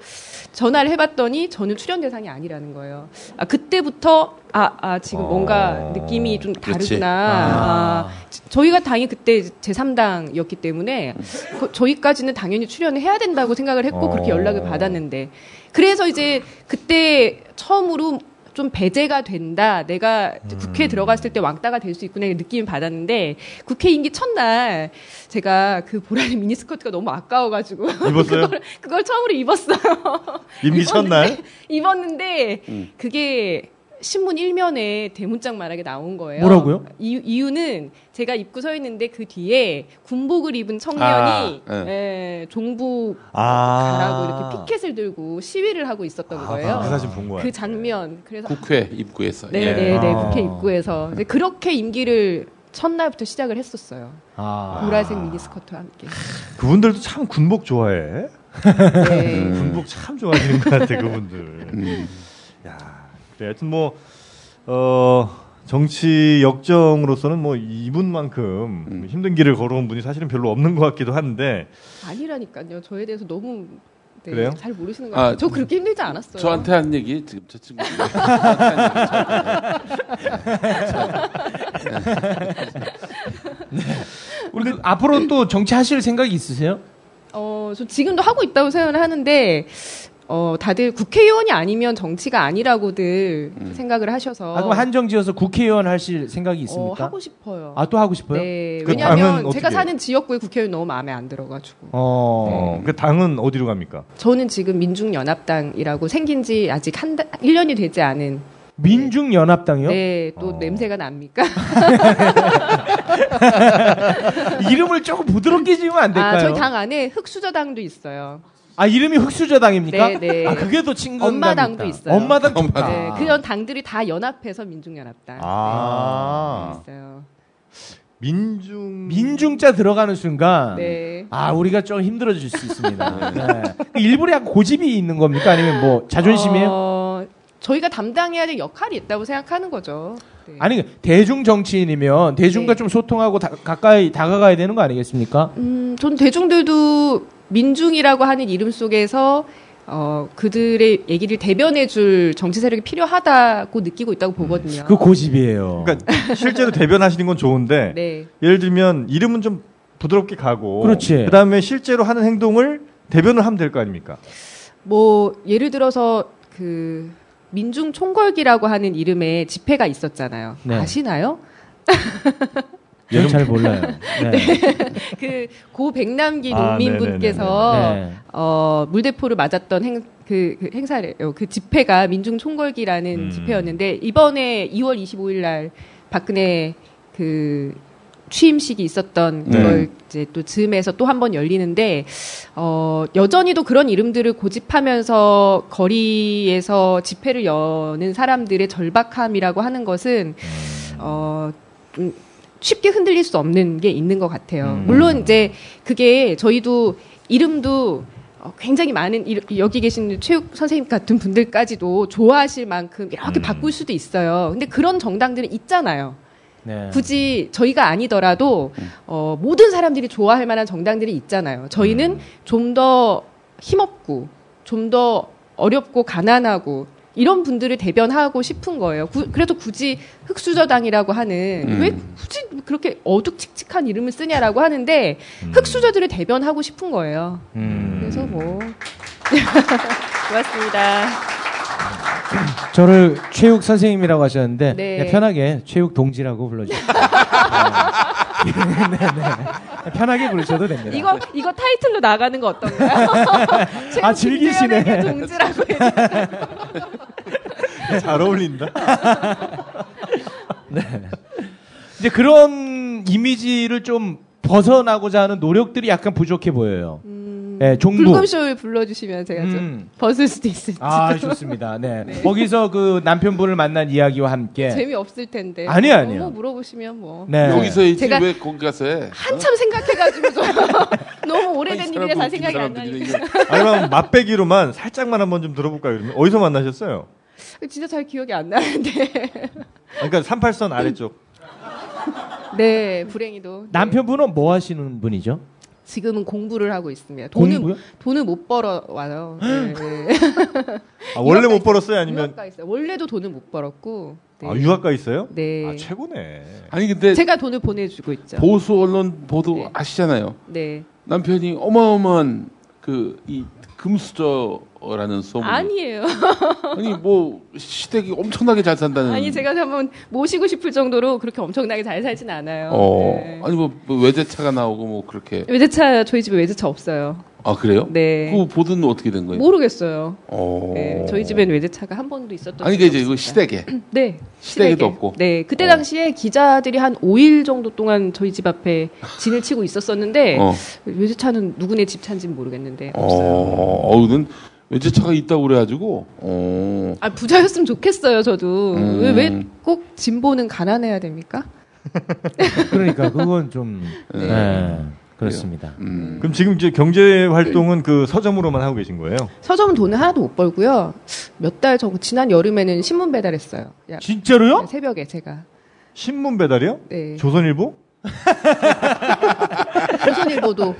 Speaker 8: 전화를 해봤더니 저는 출연 대상이 아니라는 거예요. 아 그때부터 아, 아 지금
Speaker 5: 어.
Speaker 8: 뭔가 느낌이 좀
Speaker 7: 그렇지.
Speaker 8: 다르구나.
Speaker 6: 아.
Speaker 8: 아. 지- 저희가 당이 그때 제 3당이었기 때문에 그- 저희까지는 당연히 출연을 해야 된다고 생각을 했고 그렇게
Speaker 5: 어.
Speaker 8: 연락을 받았는데 그래서 이제 그때 처음으로 좀 배제가 된다. 내가 이제 국회에 들어갔을 때 왕따가 될 수 있구나 이런 느낌을 받았는데 국회 임기 첫날 제가 그 보라색 미니스커트가 너무 아까워가지고
Speaker 5: 입었어요?
Speaker 8: 그걸, 그걸 처음으로 입었어요.
Speaker 5: 임기 첫날
Speaker 8: 입었는데
Speaker 7: 음.
Speaker 8: 그게 신문 1면에 대문짝만하게 나온 거예요.
Speaker 6: 뭐라고요?
Speaker 8: 이유, 이유는 제가 입고 서 있는데 그 뒤에 군복을 입은 청년이
Speaker 7: 아,
Speaker 8: 예, 종북 가라고
Speaker 5: 아.
Speaker 8: 이렇게 피켓을 들고 시위를 하고 있었던 거예요.
Speaker 5: 그 사진 본 거야.
Speaker 8: 그 장면. 그래서
Speaker 7: 국회 입구에서 예.
Speaker 8: 네네네
Speaker 6: 아.
Speaker 8: 국회 입구에서 이제 그렇게 임기를 첫날부터 시작을 했었어요.
Speaker 6: 아.
Speaker 8: 보라색 미니스커트와 함께.
Speaker 5: 그분들도 참 군복 좋아해.
Speaker 8: 네.
Speaker 5: 군복 참 좋아하시는 것 같아 그분들.
Speaker 7: 음.
Speaker 5: 야, 그래. 하여튼 뭐 어. 정치 역정으로서는 뭐 이분만큼
Speaker 7: 음.
Speaker 5: 힘든 길을 걸어온 분이 사실은 별로 없는 것 같기도 한데
Speaker 8: 아니라니까요. 저에 대해서 너무 네,
Speaker 5: 그래요?
Speaker 8: 잘 모르시는 것
Speaker 7: 아,
Speaker 8: 같아요. 저 그렇게 힘들지 않았어요.
Speaker 7: 저한테 한 얘기 지금 저 친구 저한테 한 얘기.
Speaker 6: 우리 그 앞으로 또 정치하실 생각이 있으세요?
Speaker 8: 어, 저 지금도 하고 있다고 생각을 하는데 어, 다들 국회의원이 아니면 정치가 아니라고들
Speaker 7: 음.
Speaker 8: 생각을 하셔서
Speaker 6: 아, 그럼 한정지어서 국회의원 하실 생각이
Speaker 8: 어,
Speaker 6: 있습니까?
Speaker 8: 하고 싶어요.
Speaker 6: 아, 또 하고 싶어요?
Speaker 8: 네.
Speaker 5: 그 당은
Speaker 8: 왜냐하면
Speaker 5: 어떻게
Speaker 8: 제가
Speaker 5: 해요?
Speaker 8: 사는 지역구의 국회의원 너무 마음에 안 들어가지고
Speaker 6: 어.
Speaker 5: 어, 그 당은 어디로 갑니까?
Speaker 8: 저는 지금 민중연합당이라고 생긴 지 아직 한 달, 1년이 되지 않은
Speaker 6: 민중연합당이요?
Speaker 8: 네,
Speaker 7: 어.
Speaker 8: 또 냄새가 납니까?
Speaker 6: 이름을 조금 부드럽게 지으면 안 될까요?
Speaker 8: 아, 저희 당 안에 흑수저당도 있어요.
Speaker 6: 아, 이름이 흑수저당입니까?
Speaker 8: 네, 네.
Speaker 6: 아, 그게 더 친근감.
Speaker 8: 엄마당도 있어요.
Speaker 6: 엄마당.
Speaker 7: 엄마당.
Speaker 8: 네, 그런 당들이 다 연합해서 민중연합당 네,
Speaker 5: 아,
Speaker 8: 있어요.
Speaker 5: 민중
Speaker 6: 민중자 들어가는 순간
Speaker 8: 네.
Speaker 6: 아, 우리가 좀 힘들어질 수 있습니다. 네. 일부러 약간 고집이 있는 겁니까? 아니면 뭐 자존심이에요?
Speaker 8: 어, 저희가 담당해야 될 역할이 있다고 생각하는 거죠. 네.
Speaker 6: 아니 대중 정치인이면 대중과
Speaker 8: 네.
Speaker 6: 좀 소통하고 다- 가까이 다가가야 되는 거 아니겠습니까?
Speaker 8: 음, 전 대중들도 민중이라고 하는 이름 속에서 어, 그들의 얘기를 대변해줄 정치 세력이 필요하다고 느끼고 있다고 보거든요.
Speaker 6: 그 고집이에요.
Speaker 5: 그러니까 실제로 대변하시는 건 좋은데
Speaker 8: 네.
Speaker 5: 예를 들면 이름은 좀 부드럽게 가고
Speaker 6: 그렇지.
Speaker 5: 다음에 실제로 하는 행동을 대변을 하면 될 거 아닙니까?
Speaker 8: 뭐 예를 들어서 그 민중 총궐기라고 하는 이름의 집회가 있었잖아요.
Speaker 6: 네.
Speaker 8: 아시나요?
Speaker 6: 저는 잘 몰라요. 네.
Speaker 8: 그 고 백남기
Speaker 5: 아,
Speaker 8: 농민분께서
Speaker 6: 네네네네. 네.
Speaker 8: 어, 물대포를 맞았던 행, 그, 그 행사래요. 그 집회가 민중 총궐기라는
Speaker 5: 음.
Speaker 8: 집회였는데 이번에 2월 25일 날 박근혜 그 취임식이 있었던
Speaker 7: 네.
Speaker 8: 그걸 이제 또 즈음에서 또 한 번 열리는데 어, 여전히도 그런 이름들을 고집하면서 거리에서 집회를 여는 사람들의 절박함이라고 하는 것은 어, 좀 쉽게 흔들릴 수 없는 게 있는 것 같아요. 물론 이제 그게 저희도 이름도 어, 굉장히 많은 일- 여기 계신 체육 선생님 같은 분들까지도 좋아하실 만큼 이렇게
Speaker 5: 음.
Speaker 8: 바꿀 수도 있어요. 근데 그런 정당들은 있잖아요.
Speaker 6: 네.
Speaker 8: 굳이 저희가 아니더라도
Speaker 6: 음.
Speaker 8: 어, 모든 사람들이 좋아할 만한 정당들이 있잖아요.
Speaker 6: 음.
Speaker 8: 저희는 좀 더 힘없고 좀 더 어렵고 가난하고 이런 분들을 대변하고 싶은 거예요. 구- 그래도 굳이 흑수저당이라고 하는
Speaker 7: 음.
Speaker 8: 왜 굳이 그렇게 어둑칙칙한 이름을 쓰냐라고 하는데 흑수저들을 대변하고 싶은 거예요.
Speaker 6: 음.
Speaker 8: 그래서 뭐 고맙습니다.
Speaker 6: 저를 최욱 선생님이라고 하셨는데
Speaker 8: 네.
Speaker 6: 그냥 편하게 최욱 동지라고 불러주세요. 네. 네, 네. 편하게 부르셔도 됩니다.
Speaker 8: 이거 이거 타이틀로 나가는 거 어떤가요? 최고
Speaker 6: 아, 즐기시네.
Speaker 8: 김재현에게 동지라고 해주
Speaker 5: 잘 어울린다.
Speaker 6: 이제 그런 이미지를 좀 벗어나고자 하는 노력들이 약간 부족해 보여요. 네, 종부.
Speaker 8: 음. 불금쇼를 불러주시면 제가
Speaker 6: 음.
Speaker 8: 좀 벗을 수도 있을지.
Speaker 6: 아 좋습니다. 네. 거기서 그 남편분을 만난 이야기와 함께
Speaker 8: 재미 없을 텐데.
Speaker 6: 예. 아니요, 아니요.
Speaker 8: 너무 물어보시면 뭐.
Speaker 6: 네.
Speaker 7: 여기서 있지
Speaker 8: 제가-
Speaker 7: 왜 거기 가서 해?
Speaker 8: 한참 생각해가지고 저 너무 오래된 일이라 다
Speaker 7: 사람도
Speaker 8: 생각이 안
Speaker 7: 사람들이
Speaker 8: 나니까.
Speaker 7: 이거-
Speaker 5: 아니 그럼 맛배기로만 살짝만 한번 좀 들어볼까요? 그러면 어디서 만나셨어요?
Speaker 8: 진짜 잘 기억이 안 나는데.
Speaker 5: 그러니까 38선 아래쪽.
Speaker 8: 네, 불행히도. 네.
Speaker 6: 남편분은 뭐 하시는 분이죠?
Speaker 8: 지금은 공부를 하고 있습니다. 돈은
Speaker 6: 공부요?
Speaker 8: 돈을 못 벌어 와요. 네, 네.
Speaker 5: 아, 원래
Speaker 8: 유학가
Speaker 5: 못 벌었어요? 아니면
Speaker 8: 유학가 있어요. 원래도 돈을 못 벌었고. 네.
Speaker 5: 아, 유학가 있어요?
Speaker 8: 네.
Speaker 5: 아 최고네.
Speaker 7: 아니 근데
Speaker 8: 제가 돈을 보내주고 있죠.
Speaker 7: 보수 언론 보도
Speaker 8: 네.
Speaker 7: 아시잖아요.
Speaker 8: 네.
Speaker 7: 남편이 어마어마한 그 이 금수저라는 소문.
Speaker 8: 아니에요.
Speaker 7: 아니 뭐 시댁이 엄청나게 잘
Speaker 6: 음.
Speaker 7: 산다는.
Speaker 8: 아니 제가 한번 모시고 싶을 정도로 그렇게 엄청나게 잘 살진 않아요.
Speaker 7: 어
Speaker 8: 네.
Speaker 7: 아니 뭐, 뭐 외제차가 나오고 뭐 그렇게.
Speaker 8: 외제차 저희 집에 외제차 없어요.
Speaker 7: 아 그래요?
Speaker 8: 네.
Speaker 7: 그 보도는 어떻게 된 거예요?
Speaker 8: 모르겠어요.
Speaker 7: 어.
Speaker 8: 네, 저희 집엔 외제차가 한 번도 있었던
Speaker 7: 아니
Speaker 8: 적이
Speaker 7: 그러니까 이제 이거
Speaker 8: 없습니다.
Speaker 7: 시댁에
Speaker 8: 네.
Speaker 7: 시댁에도
Speaker 8: 시댁에.
Speaker 7: 없고.
Speaker 8: 네. 그때
Speaker 7: 어.
Speaker 8: 당시에 기자들이 한 5일 정도 동안 저희 집 앞에 진을 치고 있었었는데
Speaker 7: 어.
Speaker 8: 외제차는 누구네 집 차인지는 모르겠는데 없어요.
Speaker 7: 어, 어우는 외제차가 있다고 그래가지고, 어,
Speaker 8: 아, 부자였으면 좋겠어요, 저도.
Speaker 7: 음.
Speaker 8: 왜 꼭 진보는 가난해야 됩니까?
Speaker 6: 그러니까 그건 좀 네. 그렇습니다.
Speaker 7: 음.
Speaker 5: 그럼 지금 이제 경제 활동은 그 서점으로만 하고 계신 거예요?
Speaker 8: 서점은 돈을 하나도 못 벌고요. 몇 달 전, 지난 여름에는 신문 배달했어요. 야,
Speaker 5: 진짜로요?
Speaker 8: 새벽에 제가.
Speaker 5: 신문 배달이요?
Speaker 8: 네.
Speaker 5: 조선일보?
Speaker 8: 조선일보도.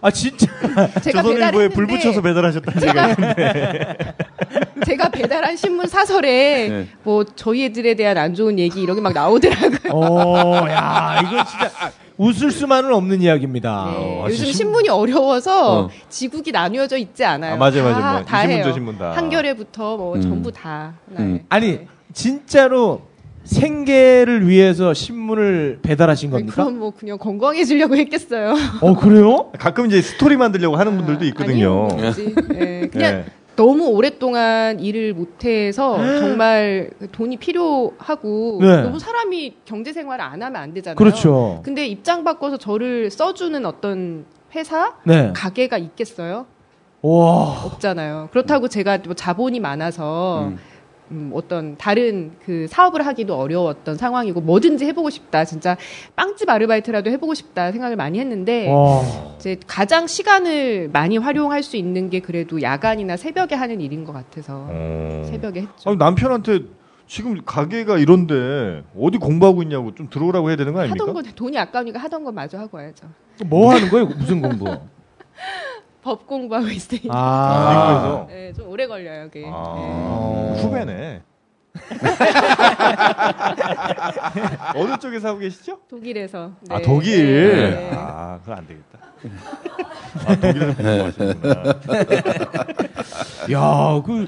Speaker 6: 아 진짜
Speaker 8: 제가
Speaker 5: 조선일보에
Speaker 8: 배달했는데
Speaker 5: 불 붙여서 배달하셨다는 얘기가
Speaker 8: 제가, 제가 배달한 신문 사설에
Speaker 7: 네.
Speaker 8: 뭐 저희 애들에 대한 안 좋은 얘기 이런 게 막 나오더라고요.
Speaker 6: 어, 오야 이거 진짜 웃을 수만은 없는
Speaker 5: 아,
Speaker 6: 이야기입니다.
Speaker 8: 네.
Speaker 6: 어,
Speaker 8: 요즘
Speaker 6: 진짜
Speaker 8: 신문이 어려워서
Speaker 7: 어.
Speaker 8: 지구기 나뉘어져 있지 않아요.
Speaker 5: 아,
Speaker 8: 다-
Speaker 5: 맞아요, 맞아요, 맞아요.
Speaker 8: 다
Speaker 5: 이 신문
Speaker 8: 해요.
Speaker 5: 저 신문 다.
Speaker 8: 한겨레부터 뭐
Speaker 7: 음.
Speaker 8: 전부 다. 네. 하나예요.
Speaker 7: 음.
Speaker 6: 아니 진짜로 생계를 위해서 신문을 배달하신 겁니까?
Speaker 8: 그럼 뭐 그냥 건강해지려고 했겠어요.
Speaker 6: 어 그래요?
Speaker 5: 가끔 이제 스토리 만들려고 하는 분들도 있거든요.
Speaker 8: 아니요, 뭐지. 네, 그냥
Speaker 5: 예.
Speaker 8: 너무 오랫동안 일을 못해서
Speaker 5: 아.
Speaker 8: 정말 돈이 필요하고
Speaker 6: 네.
Speaker 8: 너무 사람이 경제 생활을 안 하면 안 되잖아요.
Speaker 5: 어.
Speaker 6: 그렇죠.
Speaker 8: 근데 입장 바꿔서 저를 써주는 어떤 회사
Speaker 6: 네.
Speaker 8: 가게가 있겠어요?
Speaker 6: 와.
Speaker 8: 없잖아요.
Speaker 5: 음.
Speaker 8: 그렇다고 제가 뭐 자본이 많아서
Speaker 7: 음.
Speaker 8: 음, 어떤 다른 그 사업을 하기도 어려웠던 상황이고 뭐든지 해보고 싶다. 진짜 빵집 아르바이트라도 해보고 싶다 생각을 많이 했는데
Speaker 5: 어.
Speaker 6: 와.
Speaker 8: 이제 가장 시간을 많이 활용할 수 있는 게 그래도 야간이나 새벽에 하는 일인 것 같아서
Speaker 5: 어.
Speaker 8: 새벽에 했죠.
Speaker 5: 아니, 남편한테 지금 가게가 이런데 어디 공부하고 있냐고 좀 들어오라고 해야 되는 거 아닙니까?
Speaker 8: 하던 거 돈이 아까우니까 하던 거 마저 하고 와야죠.
Speaker 6: 뭐 하는 거예요? 무슨 공부?
Speaker 8: 법 공부하고 있으니 까
Speaker 6: 아.
Speaker 5: 미국에서
Speaker 8: 네, 좀 오래 걸려요, 그게. 네.
Speaker 5: 아,
Speaker 6: 어.
Speaker 5: 후배네. 어느 쪽에서 하고 계시죠?
Speaker 8: 독일에서.
Speaker 5: 아
Speaker 8: 네.
Speaker 5: 독일.
Speaker 8: 네.
Speaker 5: 아 그건 안 되겠다. 아 독일에서 공부하시는구나.
Speaker 6: 야, 그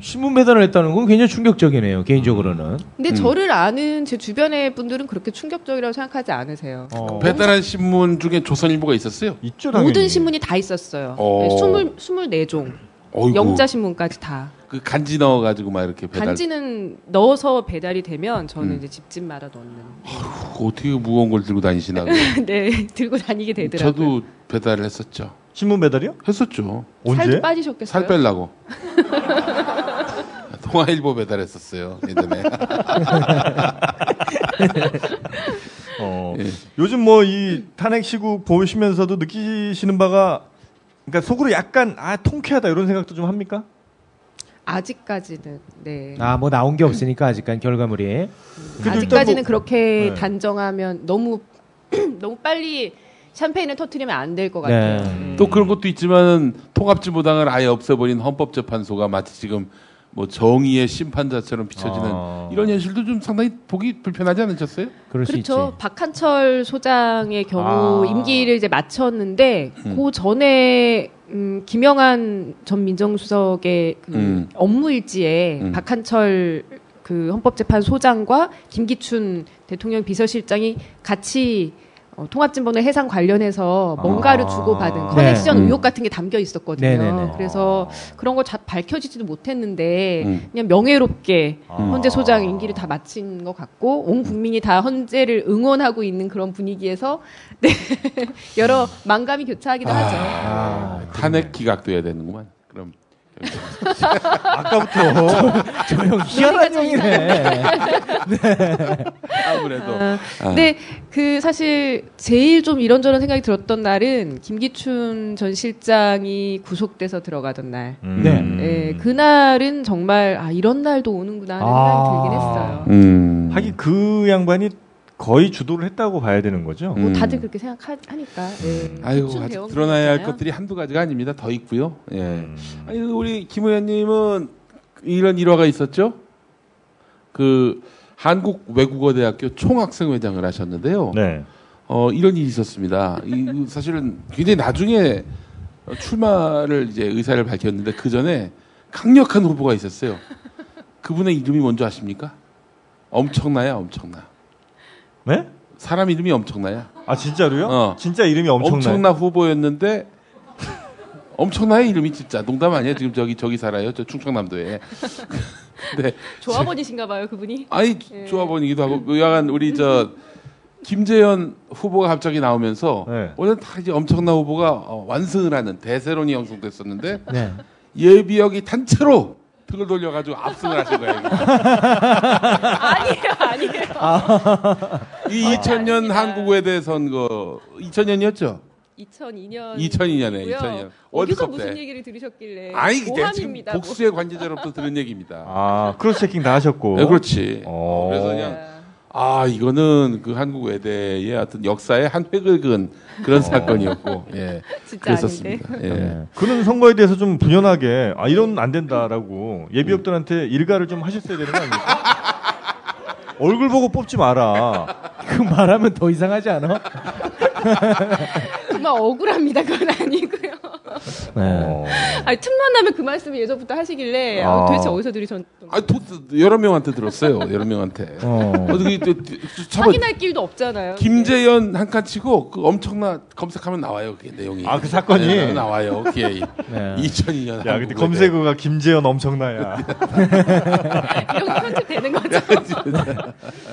Speaker 6: 신문 배달을 했다는 건 굉장히 충격적이네요. 개인적으로는.
Speaker 8: 근데 저를 아는 제 주변의 분들은 그렇게 충격적이라고 생각하지 않으세요.
Speaker 6: 어.
Speaker 7: 배달한 신문 중에 조선일보가 있었어요?
Speaker 5: 있죠 당연히.
Speaker 8: 모든 신문이 다 있었어요.
Speaker 7: 어.
Speaker 8: 네, 20, 24종.
Speaker 7: 어이구.
Speaker 8: 영자 신문까지 다.
Speaker 7: 그 간지 넣어가지고 막 이렇게 배달.
Speaker 8: 반지는 넣어서 배달이 되면 저는
Speaker 7: 음.
Speaker 8: 이제 집집마다 넣는.
Speaker 7: 그거 어떻게 무거운 걸 들고 다니시나. 그거.
Speaker 8: 네, 들고 다니게 되더라고요.
Speaker 7: 저도 배달을 했었죠.
Speaker 5: 신문 배달이요?
Speaker 7: 했었죠.
Speaker 5: 언제?
Speaker 8: 살 빠지셨겠어요?
Speaker 7: 살 빼려고. 동아일보 배달했었어요 예전에.
Speaker 5: 어. 요즘 뭐 이 탄핵 시국 보시면서도 느끼시는 바가 그러니까 속으로 약간 아 통쾌하다 이런 생각도 좀 합니까?
Speaker 8: 아직까지는 네.
Speaker 6: 아 뭐 나온 게 없으니까 아직까지 결과물이
Speaker 5: 그래도 일단
Speaker 8: 아직까지는
Speaker 5: 뭐-
Speaker 8: 그렇게
Speaker 5: 네.
Speaker 8: 단정하면 너무 너무 빨리 샴페인을 터트리면 안 될 것
Speaker 6: 네.
Speaker 8: 같아요.
Speaker 7: 또 그런 것도 있지만 통합진보당을 아예 없애버린 헌법재판소가 마치 지금 뭐 정의의 심판자처럼 비춰지는
Speaker 5: 아.
Speaker 7: 이런 현실도 좀 상당히 보기 불편하지 않으셨어요?
Speaker 6: 그럴 수 있지.
Speaker 8: 그렇죠. 박한철 소장의 경우
Speaker 5: 아.
Speaker 8: 임기를 이제 마쳤는데
Speaker 7: 음.
Speaker 8: 그 전에 음, 김영한 전 민정수석의 그
Speaker 7: 음.
Speaker 8: 업무 일지에
Speaker 7: 음.
Speaker 8: 박한철 그 헌법재판소장과 김기춘 대통령 비서실장이 같이 어, 통합진보는 해상 관련해서 뭔가를
Speaker 5: 아.
Speaker 8: 주고받은
Speaker 5: 네.
Speaker 8: 커넥션
Speaker 7: 음.
Speaker 8: 의혹 같은 게 담겨 있었거든요.
Speaker 6: 네네네.
Speaker 8: 그래서 그런 걸 다 밝혀지지도 못했는데
Speaker 7: 음. 아.
Speaker 8: 그냥 명예롭게
Speaker 5: 음.
Speaker 8: 헌재 소장 임기를 다 마친 것 같고 온 국민이 다 헌재를 응원하고 있는 그런 분위기에서 네, 여러 망감이 교차하기도 하죠.
Speaker 6: 아,
Speaker 7: 탄핵 기각돼야 되는구만. 그럼
Speaker 5: 아까부터
Speaker 6: 조용 희한한 형이네.
Speaker 7: 아무래도
Speaker 8: 근데 그 사실 제일 좀 이런저런 생각이 들었던 날은 김기춘 전 실장이 구속돼서 들어가던 날.
Speaker 5: 음.
Speaker 6: 네.
Speaker 7: 음.
Speaker 8: 예, 그날은 정말 아 이런 날도 오는구나 하는 생각이 들긴 했어요.
Speaker 7: 음.
Speaker 5: 하긴 그 양반이 거의 주도를 했다고 봐야 되는 거죠.
Speaker 7: 음.
Speaker 8: 뭐 다들 그렇게 생각하니까. 예.
Speaker 7: 아이고
Speaker 8: 좀 배운
Speaker 7: 아직
Speaker 8: 거
Speaker 7: 드러나야 할
Speaker 8: 있잖아요.
Speaker 7: 것들이 한두 가지가 아닙니다. 더 있고요. 예.
Speaker 5: 음.
Speaker 7: 아니 우리 김 의원님은 이런 일화가 있었죠? 그 한국 외국어 대학교 총학생 회장을 하셨는데요.
Speaker 5: 네.
Speaker 7: 어 이런 일이 있었습니다. 이 사실은 굉장히 나중에 어, 출마를 이제 의사를 밝혔는데 그 전에 강력한 후보가 있었어요. 그분의 이름이 뭔지 아십니까? 엄청나야 엄청나.
Speaker 5: 네?
Speaker 7: 사람 이름이 엄청나야.
Speaker 5: 아 진짜로요?
Speaker 7: 어.
Speaker 5: 진짜 이름이 엄청나요.
Speaker 7: 엄청나 후보였는데 엄청나의 이름이 진짜 농담 아니에요. 지금 저기 저기 살아요. 저 충청남도에. 근데
Speaker 8: 조합원이신가 봐요 그분이.
Speaker 7: 아이 조합원이기도 하고 그 약간 우리 저 김재현 후보가 갑자기 나오면서
Speaker 5: 네.
Speaker 7: 원래 다 이제 엄청난 후보가 어, 완승을 하는 대세론이 형성됐었는데
Speaker 6: 네.
Speaker 7: 예비역이 단체로 등을 돌려가지고 압승을 하신 거예요.
Speaker 8: 아니에요 아니에요. 아,
Speaker 7: 이 2000년 한국에 대해 선거 2000년이었죠?
Speaker 8: 2002년
Speaker 7: 2002년에, 2002년. 월드컵
Speaker 8: 어, 어디서
Speaker 7: 때.
Speaker 8: 무슨 얘기를 들으셨길래
Speaker 7: 아니 이게 지금
Speaker 8: 오함입니다. 뭐.
Speaker 7: 복수의 관계자로부터 들은 얘기입니다.
Speaker 5: 아 크로스 체킹 다 하셨고.
Speaker 7: 네, 그렇지.
Speaker 5: 어.
Speaker 7: 그래서 그냥 아 이거는 그 한국 외대의 어떤 역사의 한 획을 그은 그런 사건이었고, 예,
Speaker 8: 진짜 아닌데. 음.
Speaker 7: 그랬었습니다. 예.
Speaker 5: 네. 그런 선거에 대해서 좀 분연하게 아 이런 안 된다라고 예비역들한테 일가를 좀 하셨어야 되는 거 아닙니까? 얼굴 보고 뽑지 마라.
Speaker 6: 그 말하면 더 이상하지 않아?
Speaker 8: 정말 억울합니다. 그건 아니고요.
Speaker 6: 네.
Speaker 5: 어.
Speaker 8: 아니, 틈만 나면 그 말씀을 예전부터 하시길래 아,
Speaker 5: 아.
Speaker 8: 도대체 어디서 들으셨던
Speaker 7: 아, 도, 여러 명한테 들었어요. 여러 명한테.
Speaker 6: 어.
Speaker 7: 어떻게 또, 잡아
Speaker 8: 확인할 길도 없잖아요.
Speaker 7: 김재현 한 칸 치고 그 엄청나 검색하면 나와요. 그게 내용이.
Speaker 5: 아, 그 사건이?
Speaker 7: 네, 나와요. 기획이.
Speaker 6: 네.
Speaker 7: 2002년.
Speaker 5: 야 근데 검색어가 김재현 엄청나야.
Speaker 8: 이런 거 네, 편집되는 거죠.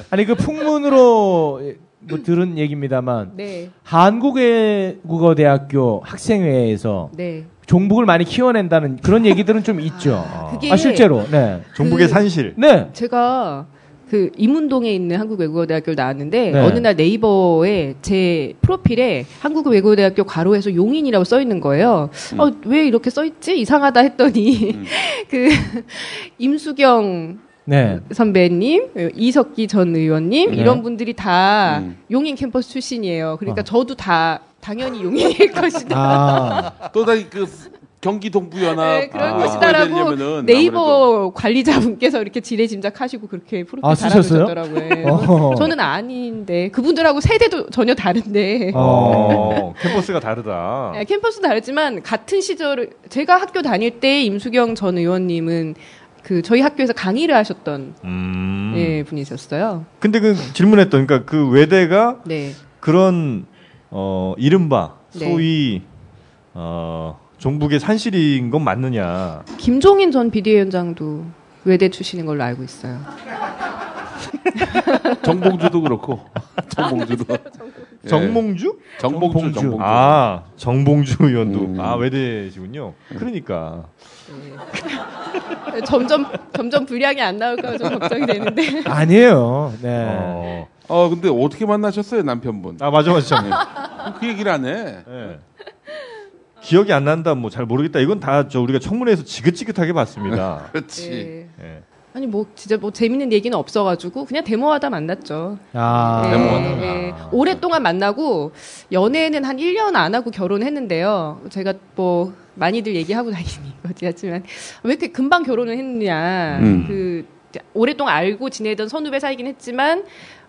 Speaker 6: 아니 그 풍문으로 뭐 들은 얘기입니다만
Speaker 8: 네.
Speaker 6: 한국의 국어대학교 학생회에서
Speaker 8: 네.
Speaker 6: 종북을 많이 키워낸다는 그런 얘기들은 좀 있죠.
Speaker 8: 그게-
Speaker 6: 아 실제로. 네.
Speaker 5: 종북의
Speaker 8: 그-
Speaker 5: 산실.
Speaker 6: 네.
Speaker 8: 제가 그 이문동에 있는 한국외국어대학교를 나왔는데
Speaker 6: 네.
Speaker 8: 어느 날 네이버에 제 프로필에 한국외국어대학교 괄호에서 용인이라고 써 있는 거예요.
Speaker 6: 음.
Speaker 8: 어, 왜 이렇게 써 있지? 이상하다 했더니 그 임수경
Speaker 6: 네.
Speaker 8: 선배님, 이석기 전 의원님
Speaker 6: 네.
Speaker 8: 이런 분들이 다
Speaker 7: 음.
Speaker 8: 용인 캠퍼스 출신이에요. 그러니까
Speaker 6: 어.
Speaker 8: 저도 다 당연히 용인일 것이다.
Speaker 6: 아.
Speaker 7: 또다시 그 경기 동부연합.
Speaker 8: 네, 그런
Speaker 5: 아,
Speaker 8: 것이다라고 네이버 관리자분께서 이렇게 지레 짐작하시고 그렇게 프로필
Speaker 6: 아, 쓰셨어요?
Speaker 8: 달아주셨더라고요.
Speaker 6: 어허.
Speaker 8: 저는 아닌데 그분들하고 세대도 전혀 다른데
Speaker 5: 어 캠퍼스가 다르다.
Speaker 8: 네, 캠퍼스 다르지만 같은 시절 제가 학교 다닐 때 임수경 전 의원님은 그 저희 학교에서 강의를 하셨던
Speaker 5: 음.
Speaker 8: 예, 분이셨어요.
Speaker 5: 근데 그 질문했던 그러니까 그 외대가
Speaker 8: 네.
Speaker 5: 그런 어 이른바
Speaker 8: 네.
Speaker 5: 소위 어 종북의 산실인 건 맞느냐.
Speaker 8: 김종인 전 비대위원장도 외대 출신인 걸로 알고 있어요.
Speaker 7: 정봉주도 그렇고 정봉주도 예.
Speaker 5: 정몽주?
Speaker 7: 정봉주 정봉주
Speaker 5: 아 정봉주 의원도
Speaker 7: 음.
Speaker 5: 아 외대시군요. 그러니까
Speaker 8: 네, 점점 점점 분량이 안 나올까 좀 걱정이 되는데
Speaker 6: 아니에요. 네.
Speaker 5: 어.
Speaker 7: 어 근데 어떻게 만나셨어요 남편분?
Speaker 5: 아 맞아 맞아. 네.
Speaker 7: 그 얘기를 안 해.
Speaker 5: 예. 기억이 안 난다, 뭐 잘 모르겠다. 이건 다 저 우리가 청문회에서 지긋지긋하게 봤습니다.
Speaker 7: 그렇지.
Speaker 8: 예.
Speaker 5: 예.
Speaker 8: 아니 뭐 진짜 뭐 재밌는 얘기는 없어가지고 그냥 데모하다 만났죠.
Speaker 6: 아,
Speaker 8: 예,
Speaker 7: 데모하다.
Speaker 8: 예. 오랫동안 만나고 연애는 한 1년 안 하고 결혼했는데요. 제가 뭐 많이들 얘기하고 다니니 어디였지만 왜 이렇게 금방 결혼을 했느냐.
Speaker 7: 음.
Speaker 8: 그 오랫동안 알고 지내던 선후배 사이긴 했지만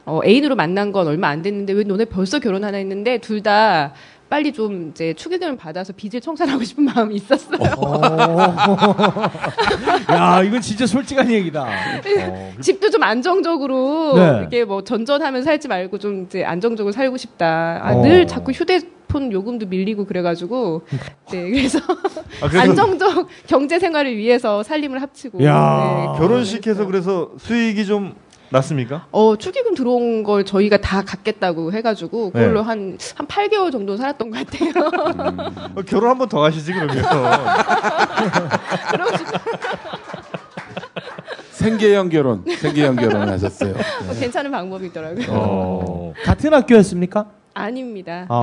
Speaker 8: 어, 애인으로 만난 건 얼마 안 됐는데 왜 너네 벌써 결혼하나 했는데 둘 다 빨리 좀 이제 추기경을 받아서 빚을 청산하고 싶은 마음이 있었어요.
Speaker 6: 야 이건 진짜 솔직한 얘기다. 어.
Speaker 8: 집도 좀 안정적으로
Speaker 6: 네.
Speaker 8: 이게 뭐 전전하면 살지 말고 좀 이제 안정적으로 살고 싶다. 아,
Speaker 6: 어.
Speaker 8: 늘 자꾸 휴대폰 요금도 밀리고 그래가지고 네 그래서
Speaker 5: 아, 그래서
Speaker 8: 안정적 경제 생활을 위해서 살림을 합치고.
Speaker 6: 야.
Speaker 8: 네.
Speaker 5: 결혼식에서 그래서 수익이 좀 났습니까?
Speaker 8: 어 축의금 들어온 걸 저희가 다 갖겠다고 해가지고 그걸로
Speaker 5: 네.
Speaker 8: 한 한 8개월 정도 살았던 것 같아요.
Speaker 5: 어, 결혼 한 번 더 하시지 그러면.
Speaker 7: 생계형 결혼, 생계형 결혼을 하셨어요. 네.
Speaker 8: 뭐 괜찮은 방법이더라고요.
Speaker 5: 어.
Speaker 6: 같은 학교였습니까?
Speaker 8: 아닙니다.
Speaker 6: 어.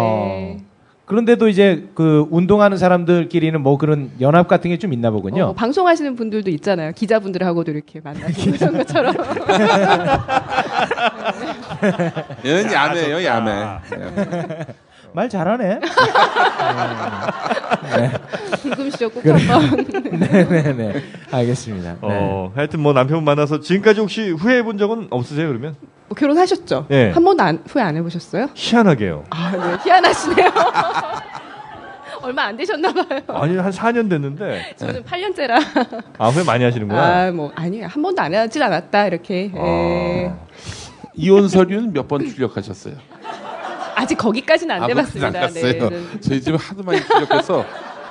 Speaker 8: 네.
Speaker 6: 그런데도 이제 그 운동하는 사람들끼리는 뭐 그런 연합 같은 게 좀 있나 보군요.
Speaker 8: 어, 방송하시는 분들도 있잖아요. 기자분들하고도 이렇게 만나고 그런 것처럼.
Speaker 7: 얘는 야매예요, 야매.
Speaker 6: 말 잘하네.
Speaker 8: 궁금시죠, 꼭 한번.
Speaker 6: 네네네. 알겠습니다. 네.
Speaker 5: 어, 하여튼 뭐 남편 만나서 지금까지 혹시 후회해 본 적은 없으세요 그러면?
Speaker 8: 뭐 결혼하셨죠?
Speaker 5: 예.
Speaker 8: 한 번도 안- 후회 안 해보셨어요?
Speaker 5: 희한하게요.
Speaker 8: 아, 네. 희한하시네요. 얼마 안 되셨나봐요.
Speaker 5: 아니 한 4년 됐는데
Speaker 8: 저는 8년째라.
Speaker 5: 아 후회 많이 하시는구나.
Speaker 8: 아, 뭐, 아니에요. 한 번도 안 하진 않았다, 이렇게. 예.
Speaker 7: 이혼 서류는 몇 번 출력하셨어요?
Speaker 8: 아직 거기까지는 안
Speaker 7: 아,
Speaker 8: 돼봤습니다.
Speaker 7: 안 갔어요.
Speaker 8: 네. 네.
Speaker 7: 저희 집은 하도 많이 출력해서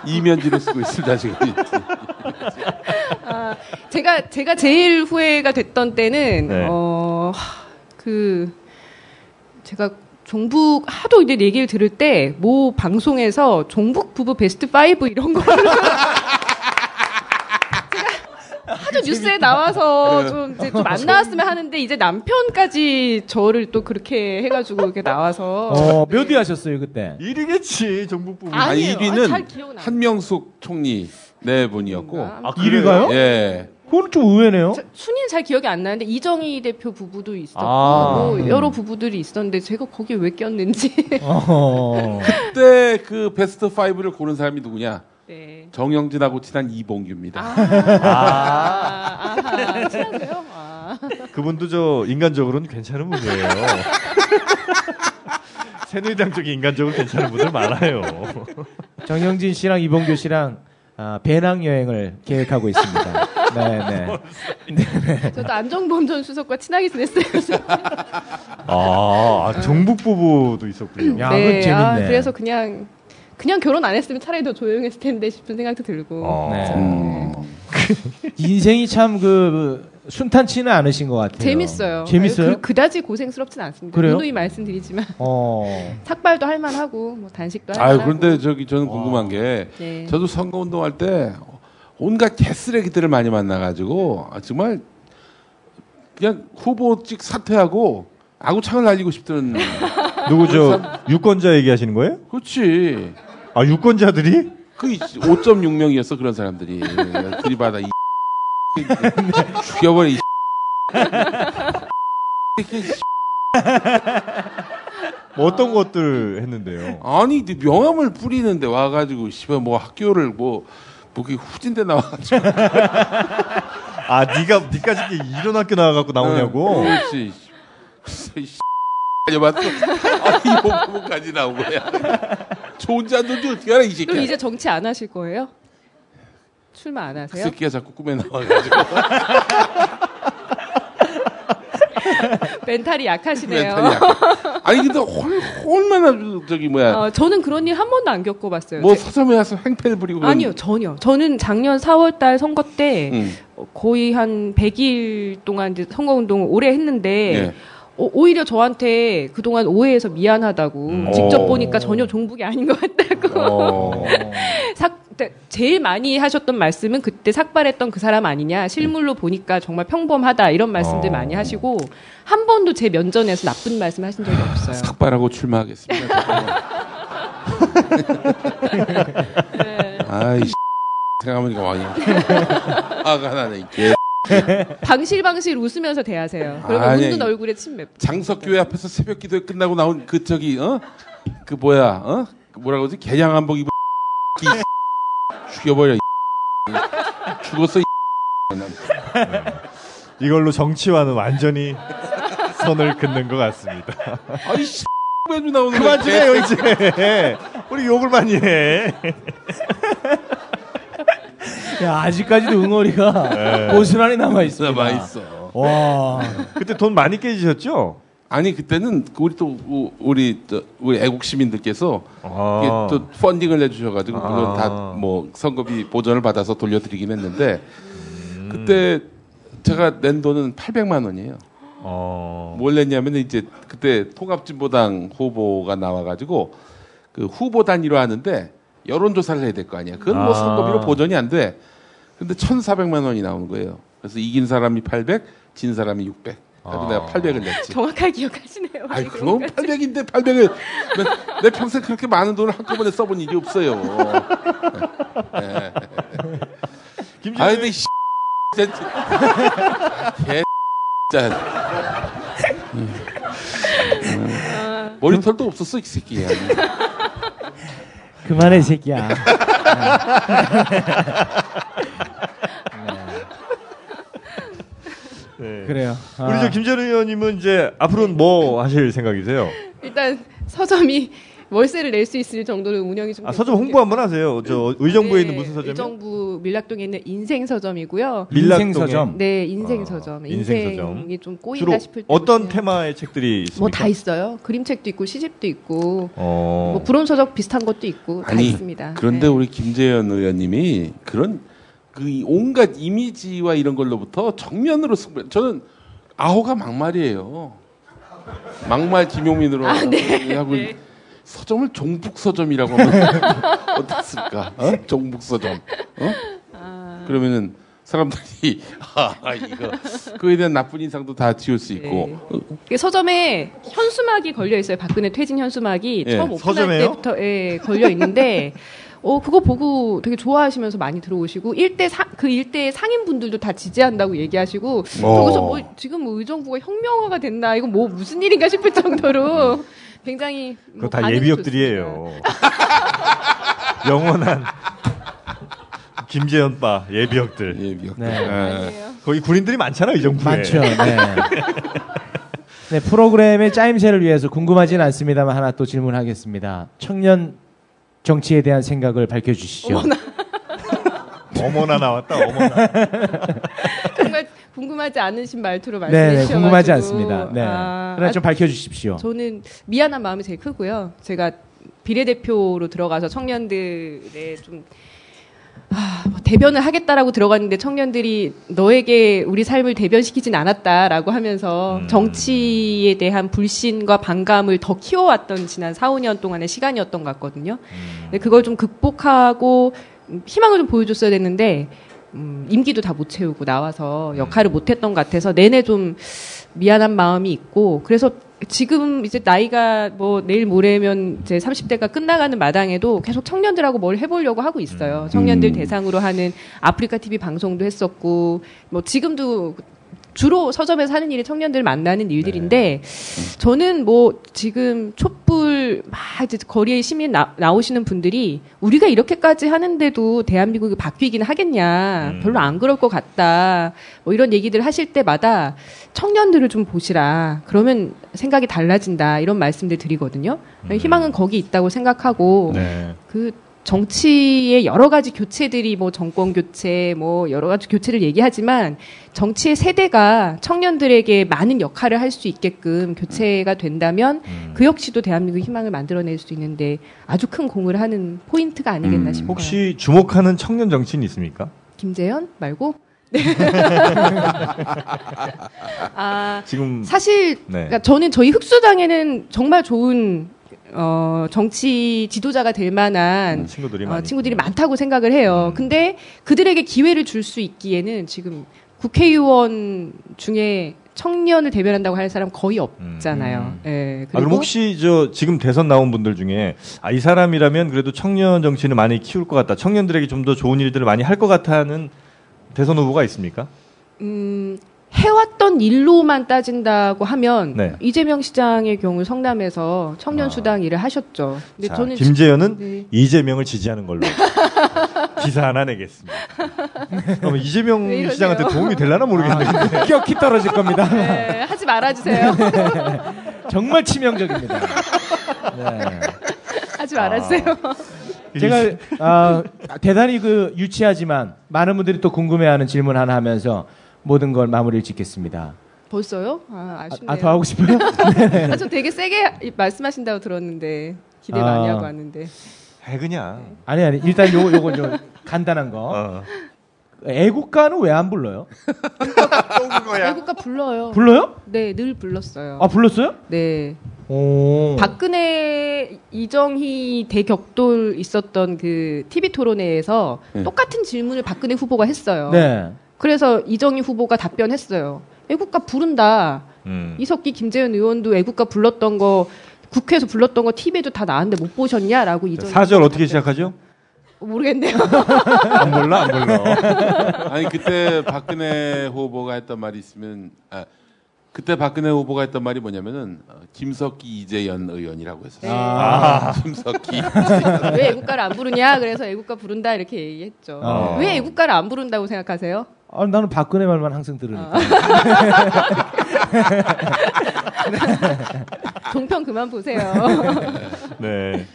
Speaker 7: 이면지로 쓰고 있습니다 지금.
Speaker 8: 아, 제가, 제가 제일 후회가 됐던 때는,
Speaker 5: 네.
Speaker 8: 어, 하, 그, 제가 종북 하도 이제 얘기를 들을 때, 모 방송에서 종북 부부 베스트 5 이런 거를. 하도 뉴스에 나와서 좀 이제 좀 안 나왔으면 하는데 이제 남편까지 저를 또 그렇게 해가지고 이렇게 나와서
Speaker 6: 어, 몇 위 하셨어요 그때?
Speaker 5: 일 1위겠지 전국 부분.
Speaker 8: 아,
Speaker 7: 아,
Speaker 8: 아니에요. 아,
Speaker 7: 1위는
Speaker 8: 잘 기억나요.
Speaker 7: 한명숙 총리 네 분이었고,
Speaker 8: 아,
Speaker 6: 1위가요?
Speaker 7: 예,
Speaker 6: 그건 좀 의외네요.
Speaker 8: 저- 순위는 잘 기억이 안 나는데 이정희 대표 부부도 있었고
Speaker 5: 아.
Speaker 8: 뭐 여러 부부들이 있었는데 제가 거기에 왜 꼈는지
Speaker 6: 어.
Speaker 7: 그때 그 베스트 5를 고른 사람이 누구냐?
Speaker 8: 네.
Speaker 7: 정영진하고 친한 이봉규입니다.
Speaker 8: 아, 아하, 친하세요? 아.
Speaker 5: 그분도 저 인간적으로는 괜찮은 분이에요. 새누리당 쪽이 인간적으로 괜찮은 분들 많아요.
Speaker 6: 정영진 씨랑 이봉규 씨랑 아, 배낭 여행을 계획하고 있습니다. 네네.
Speaker 8: 저도 안정범 전 수석과 친하게 지냈어요.
Speaker 5: 아, 아, 정북 부부도 있었군요.
Speaker 6: 야, 그건 재밌네.
Speaker 8: 아, 그래서 그냥 그냥 결혼 안 했으면 차라리 더 조용했을 텐데 싶은 생각도 들고.
Speaker 5: 어.
Speaker 6: 네.
Speaker 7: 음.
Speaker 6: 인생이 참 그 순탄치는 않으신 것 같아요.
Speaker 8: 재밌어요.
Speaker 6: 재밌어요?
Speaker 8: 그, 다지 고생스럽진 않습니다.
Speaker 6: 그래요?
Speaker 8: 누누이 말씀드리지만
Speaker 6: 어.
Speaker 8: 삭발도 할 만하고 뭐 단식도 할
Speaker 7: 아
Speaker 8: 만하고. 어.
Speaker 7: 그런데 저기 저는 궁금한 게
Speaker 8: 네.
Speaker 7: 저도 선거 운동할 때 온갖 개쓰레기들을 많이 만나가지고 아, 정말 그냥 후보직 사퇴하고 아구창을 날리고 싶던
Speaker 5: 누구죠? 유권자 얘기하시는 거예요?
Speaker 7: 그렇지
Speaker 5: 아, 유권자들이?
Speaker 7: 그 5.6명이었어 그런 사람들이 들이받아 이 죽여버려 이 이렇게
Speaker 5: 뭐 어떤 것들 했는데요?
Speaker 7: 아니 근데 명함을 뿌리는데 와가지고 씨발 뭐 학교를 뭐뭐 그 후진대 나와가지고
Speaker 5: 아, 네가 네까지 이렇게 이런 학교 나와갖고 나오냐고.
Speaker 7: 응, 어, 그렇지. 그래서 이 아니봤어. 아이 부분까지 나온 거야. 좋은지 안 좋은지 어떻게 알아 이 새끼야.
Speaker 8: 그럼 이제 정치 안 하실 거예요? 출마 안
Speaker 7: 그
Speaker 8: 하세요?
Speaker 7: 새끼가 자꾸 꿈에 나와가지고.
Speaker 8: 멘탈이 약하시네요.
Speaker 7: 멘탈이 약해. 아니 근데 얼- 얼마나 저기 뭐야
Speaker 8: 어, 저는 그런 일 한 번도 안 겪어봤어요.
Speaker 7: 뭐
Speaker 8: 제-
Speaker 7: 서점에 가서 횡패를 부리고 그런-
Speaker 8: 네, 아니요, 전혀. 저는 작년 4월달 선거 때
Speaker 7: 음.
Speaker 8: 어, 거의 한 100일 동안 이제 선거운동을 오래 했는데
Speaker 7: 예.
Speaker 8: 어, 오히려 저한테 그동안 오해해서 미안하다고 직접
Speaker 7: 오.
Speaker 8: 보니까 전혀 종북이 아닌 것 같다고
Speaker 7: 음. 어.
Speaker 8: 삭, 그러니까 제일 많이 하셨던 말씀은 그때 삭발했던 그 사람 아니냐 실물로 보니까 정말 평범하다 이런 말씀들
Speaker 5: 어.
Speaker 8: 많이 하시고 한 번도 제 면전에서 나쁜 말씀 하신 적이 없어요.
Speaker 7: 삭발하고 출마하겠습니다.
Speaker 8: 네.
Speaker 7: 아이 씨. 생각하니까 왕이 화가 나네. 개.
Speaker 8: 방실방실 웃으면서 대하세요. 그러면
Speaker 7: 아니. 예.
Speaker 8: 웃는 얼굴에 침 맵.
Speaker 7: 장석교회 앞에서 새벽기도회 끝나고 나온 그 저기 어그 뭐야 어그 뭐라고 그러지 개량 한복 입은 이 죽여버려. 이 죽었어. 이
Speaker 5: 이걸로 정치와는 완전히 선을 긋는 것 같습니다.
Speaker 7: 아이 씨. 왜도 나오는
Speaker 5: 그만
Speaker 7: 거야?
Speaker 5: 좀 해요 이제. 우리 욕을 많이 해.
Speaker 6: 야, 아직까지도 응어리가 고스란히 네. 남아 있습니다.
Speaker 7: 있어 많이 있어.
Speaker 6: 와.
Speaker 5: 그때 돈 많이 깨지셨죠?
Speaker 7: 아니 그때는 그 우리 또 우- 우리 저- 우리 애국 시민들께서 이게
Speaker 5: 아.
Speaker 7: 또 펀딩을 내주셔가지고 물론
Speaker 5: 아.
Speaker 7: 다 뭐 선거비 보전을 받아서 돌려드리긴 했는데 그때 제가 낸 돈은 800만 원이에요.
Speaker 5: 어.
Speaker 7: 뭘 냈냐면 이제 그때 통합진보당 후보가 나와가지고 그 후보 단위로 하는데 여론조사를 해야 될 거 아니야. 그건 뭐
Speaker 5: 아.
Speaker 7: 선거비로 보전이 안 돼. 근데 1,400만 원이 나오는 거예요. 그래서 이긴 사람이 800, 진 사람이 600. 그래서
Speaker 5: 아.
Speaker 7: 내가 800을 냈지.
Speaker 8: 정확하게 기억하시네요.
Speaker 7: 아이 그럼 800인데 800을 내, 내 평생 그렇게 많은 돈을 한꺼번에 써본 일이 없어요. 아
Speaker 5: 김진수
Speaker 7: 근데 씨 진짜 개 진짜 음. 음. 머리털도 없었어 이 새끼야.
Speaker 6: 그만해, 이 새끼야.
Speaker 8: 네.
Speaker 5: 네.
Speaker 6: 그래요. 아,
Speaker 5: 우리 저 김재룡 의원님은 이제 앞으로는 뭐 하실 생각이세요?
Speaker 8: 일단 서점이 월세를 낼 수 있을 정도로 운영이 좀.
Speaker 5: 아, 서점 홍보 한번 하세요. 저 의정부에 있는 무슨 서점이요?
Speaker 8: 네. 음, 의정부 밀락동에 있는 인생 서점이고요.
Speaker 5: 밀락동에.
Speaker 6: 인생 서점.
Speaker 8: 네, 인생
Speaker 5: 아,
Speaker 8: 서점.
Speaker 5: 인생
Speaker 8: 인생이
Speaker 5: 서점.
Speaker 8: 좀 꼬인다
Speaker 5: 주로
Speaker 8: 싶을 때.
Speaker 5: 어떤 테마의 책들이 있습니까?
Speaker 8: 뭐다 있어요. 그림책도 있고 시집도 있고
Speaker 5: 어.
Speaker 8: 뭐 불온 서적 비슷한 것도 있고 다
Speaker 7: 아니,
Speaker 8: 있습니다.
Speaker 7: 그런데
Speaker 8: 네.
Speaker 7: 우리 김재현 의원님이 그런 그이 온갖 이미지와 이런 걸로부터 정면으로 승부. 저는 아호가 막말이에요. 막말 김용민으로
Speaker 8: 아, 네.
Speaker 7: 하고 있- 서점을 종북 서점이라고 하면 어땠을까? 어? 종북 서점. 어?
Speaker 8: 아.
Speaker 7: 그러면은 사람들이 아 이거 그에 대한 나쁜 인상도 다 지울
Speaker 8: 네.
Speaker 7: 수 있고 어,
Speaker 8: 이게 서점에 현수막이 걸려 있어요. 박근혜 퇴진 현수막이
Speaker 7: 예,
Speaker 8: 처음 오픈할
Speaker 5: 서점에요?
Speaker 8: 때부터 예, 걸려 있는데 어 그거 보고 되게 좋아하시면서 많이 들어오시고 일대 사, 그 일대의 상인분들도 다 지지한다고 얘기하시고 거기서 뭐 지금 뭐 의정부가 혁명화가 됐나 이거 뭐 무슨 일인가 싶을 정도로 굉장히
Speaker 5: 그거
Speaker 8: 뭐
Speaker 5: 다
Speaker 8: 반응이 좋습니다.
Speaker 5: 예비역들이에요. 영원한 김재현 바 예비역들.
Speaker 7: 예, 미역.
Speaker 6: 네.
Speaker 5: 거기 군인들이 많잖아 이 정부에.
Speaker 6: 많죠. 네. 네, 프로그램의 짜임새를 위해서 궁금하진 않습니다만 하나 또 질문하겠습니다. 청년 정치에 대한 생각을 밝혀주시죠. 네,
Speaker 5: 어머나 나왔다 어머나.
Speaker 8: 정말 궁금하지 않으신 말투로 말씀해
Speaker 6: 네,
Speaker 8: 주셔가지고
Speaker 6: 궁금하지 않습니다. 네.
Speaker 8: 아,
Speaker 6: 그러나 좀 밝혀주십시오.
Speaker 8: 저는 미안한 마음이 제일 크고요. 제가 비례대표로 들어가서 청년들의 좀 아, 뭐 대변을 하겠다라고 들어갔는데 청년들이 너에게 우리 삶을 대변시키진 않았다라고 하면서
Speaker 5: 음.
Speaker 8: 정치에 대한 불신과 반감을 더 키워왔던 지난 4, 5년 동안의 시간이었던 것 같거든요. 근데 그걸 좀 극복하고 음, 희망을 좀 보여줬어야 됐는데 음, 임기도 다 못 채우고 나와서 역할을 못 했던 것 같아서 내내 좀 미안한 마음이 있고 그래서 지금 이제 나이가 뭐 내일 모레면 이제 30대가 끝나가는 마당에도 계속 청년들하고 뭘 해보려고 하고 있어요. 청년들
Speaker 7: 음.
Speaker 8: 대상으로 하는 아프리카 TV 방송도 했었고 뭐 지금도 주로 서점에 사는 일이 청년들 만나는 일들인데
Speaker 7: 네.
Speaker 8: 저는 뭐 지금 촛불 막 이제 거리에 시민 나, 나오시는 분들이 우리가 이렇게까지 하는데도 대한민국이 바뀌긴 하겠냐
Speaker 5: 음.
Speaker 8: 별로 안 그럴 것 같다 뭐 이런 얘기들 하실 때마다 청년들을 좀 보시라 그러면 생각이 달라진다 이런 말씀들 드리거든요 희망은 거기 있다고 생각하고
Speaker 5: 네.
Speaker 8: 그 정치의 여러 가지 교체들이 뭐 정권 교체 뭐 여러 가지 교체를 얘기하지만 정치의 세대가 청년들에게 많은 역할을 할 수 있게끔 교체가 된다면
Speaker 5: 음.
Speaker 8: 그 역시도 대한민국 희망을 만들어낼 수 있는데 아주 큰 공을 하는 포인트가 아니겠나
Speaker 7: 음,
Speaker 8: 싶어요.
Speaker 5: 혹시 주목하는 청년 정치인 있습니까?
Speaker 8: 김재현 말고 네. 아
Speaker 5: 지금
Speaker 8: 사실
Speaker 5: 네.
Speaker 8: 그러니까 저는 저희 흑수당에는 정말 좋은 어, 정치 지도자가 될 만한
Speaker 5: 음, 친구들이
Speaker 8: 어,
Speaker 5: 많이
Speaker 8: 친구들이
Speaker 5: 있구나.
Speaker 8: 많다고 생각을 해요.
Speaker 5: 음.
Speaker 8: 근데 그들에게 기회를 줄 수 있기에는 지금 국회의원 중에 청년을 대변한다고 할 사람 거의 없잖아요. 예.
Speaker 5: 음. 아, 그럼 혹시 저 지금 대선 나온 분들 중에 아, 이 사람이라면 그래도 청년 정치인을 많이 키울 것 같다. 청년들에게 좀 더 좋은 일들을 많이 할 것 같다는 대선 후보가 있습니까?
Speaker 8: 음, 해왔던 일로만 따진다고 하면
Speaker 5: 네.
Speaker 8: 이재명 시장의 경우 성남에서 청년
Speaker 5: 아.
Speaker 8: 수당 일을 하셨죠. 근데
Speaker 5: 자,
Speaker 8: 저는
Speaker 5: 김재현은
Speaker 8: 네.
Speaker 5: 이재명을 지지하는 걸로 기사 하나 내겠습니다. 그럼
Speaker 8: 왜
Speaker 5: 이재명
Speaker 8: 이러세요? 아,
Speaker 5: 시장한테 도움이 될라나 모르겠는데.
Speaker 6: 격히 떨어질 겁니다.
Speaker 8: 네, 하지 말아주세요.
Speaker 6: 정말 치명적입니다. 네.
Speaker 8: 하지 말아주세요. 네.
Speaker 6: 제가 아, 대단히 그 유치하지만 많은 분들이 또 궁금해하는 질문 하나 하면서 모든 걸 마무리를 짓겠습니다.
Speaker 8: 벌써요? 아, 아쉽네요.
Speaker 6: 아, 더 하고 싶어요? 네.
Speaker 8: 아, 저 되게 세게 말씀하신다고 들었는데 기대 많이
Speaker 6: 아.
Speaker 8: 하고 왔는데
Speaker 5: 해 그냥.
Speaker 6: 아니 아니 일단 요 요거 좀 간단한 거.
Speaker 5: 어.
Speaker 6: 애국가는 왜 안 불러요?
Speaker 8: 외국가 아, 불러요.
Speaker 6: 불러요?
Speaker 8: 네, 늘 불렀어요.
Speaker 6: 아 어. 불렀어요?
Speaker 8: 네,
Speaker 6: 오.
Speaker 8: 박근혜 이정희 대격돌 있었던 그 TV 토론회에서
Speaker 7: 네.
Speaker 8: 똑같은 질문을 박근혜 후보가 했어요.
Speaker 6: 네.
Speaker 8: 그래서 이정희 후보가 답변했어요. 애국가 부른다.
Speaker 5: 음.
Speaker 8: 이석기 김재현 의원도 애국가 불렀던 거 국회에서 불렀던 거 TV에도 다 나왔는데 못 보셨냐라고 이정희
Speaker 5: 사절
Speaker 8: 후보가
Speaker 5: 어떻게
Speaker 8: 답변-
Speaker 5: 시작하죠?
Speaker 8: 모르겠네요.
Speaker 5: 안 몰라, 안 몰라.
Speaker 7: 아니 그때 박근혜 후보가 했던 말이 있으면 아, 그때 박근혜 후보가 했던 말이 뭐냐면은 어, 김석기 이재현 의원이라고 했었어요. 김석기 이재현.
Speaker 8: 왜 애국가를 안 부르냐? 그래서 애국가 부른다 이렇게 얘기했죠.
Speaker 6: 아.
Speaker 8: 왜 애국가를 안 부른다고 생각하세요?
Speaker 6: 아, 나는 박근혜 말만 항상 들으니까.
Speaker 8: 종편 그만 보세요.
Speaker 5: 음. 네.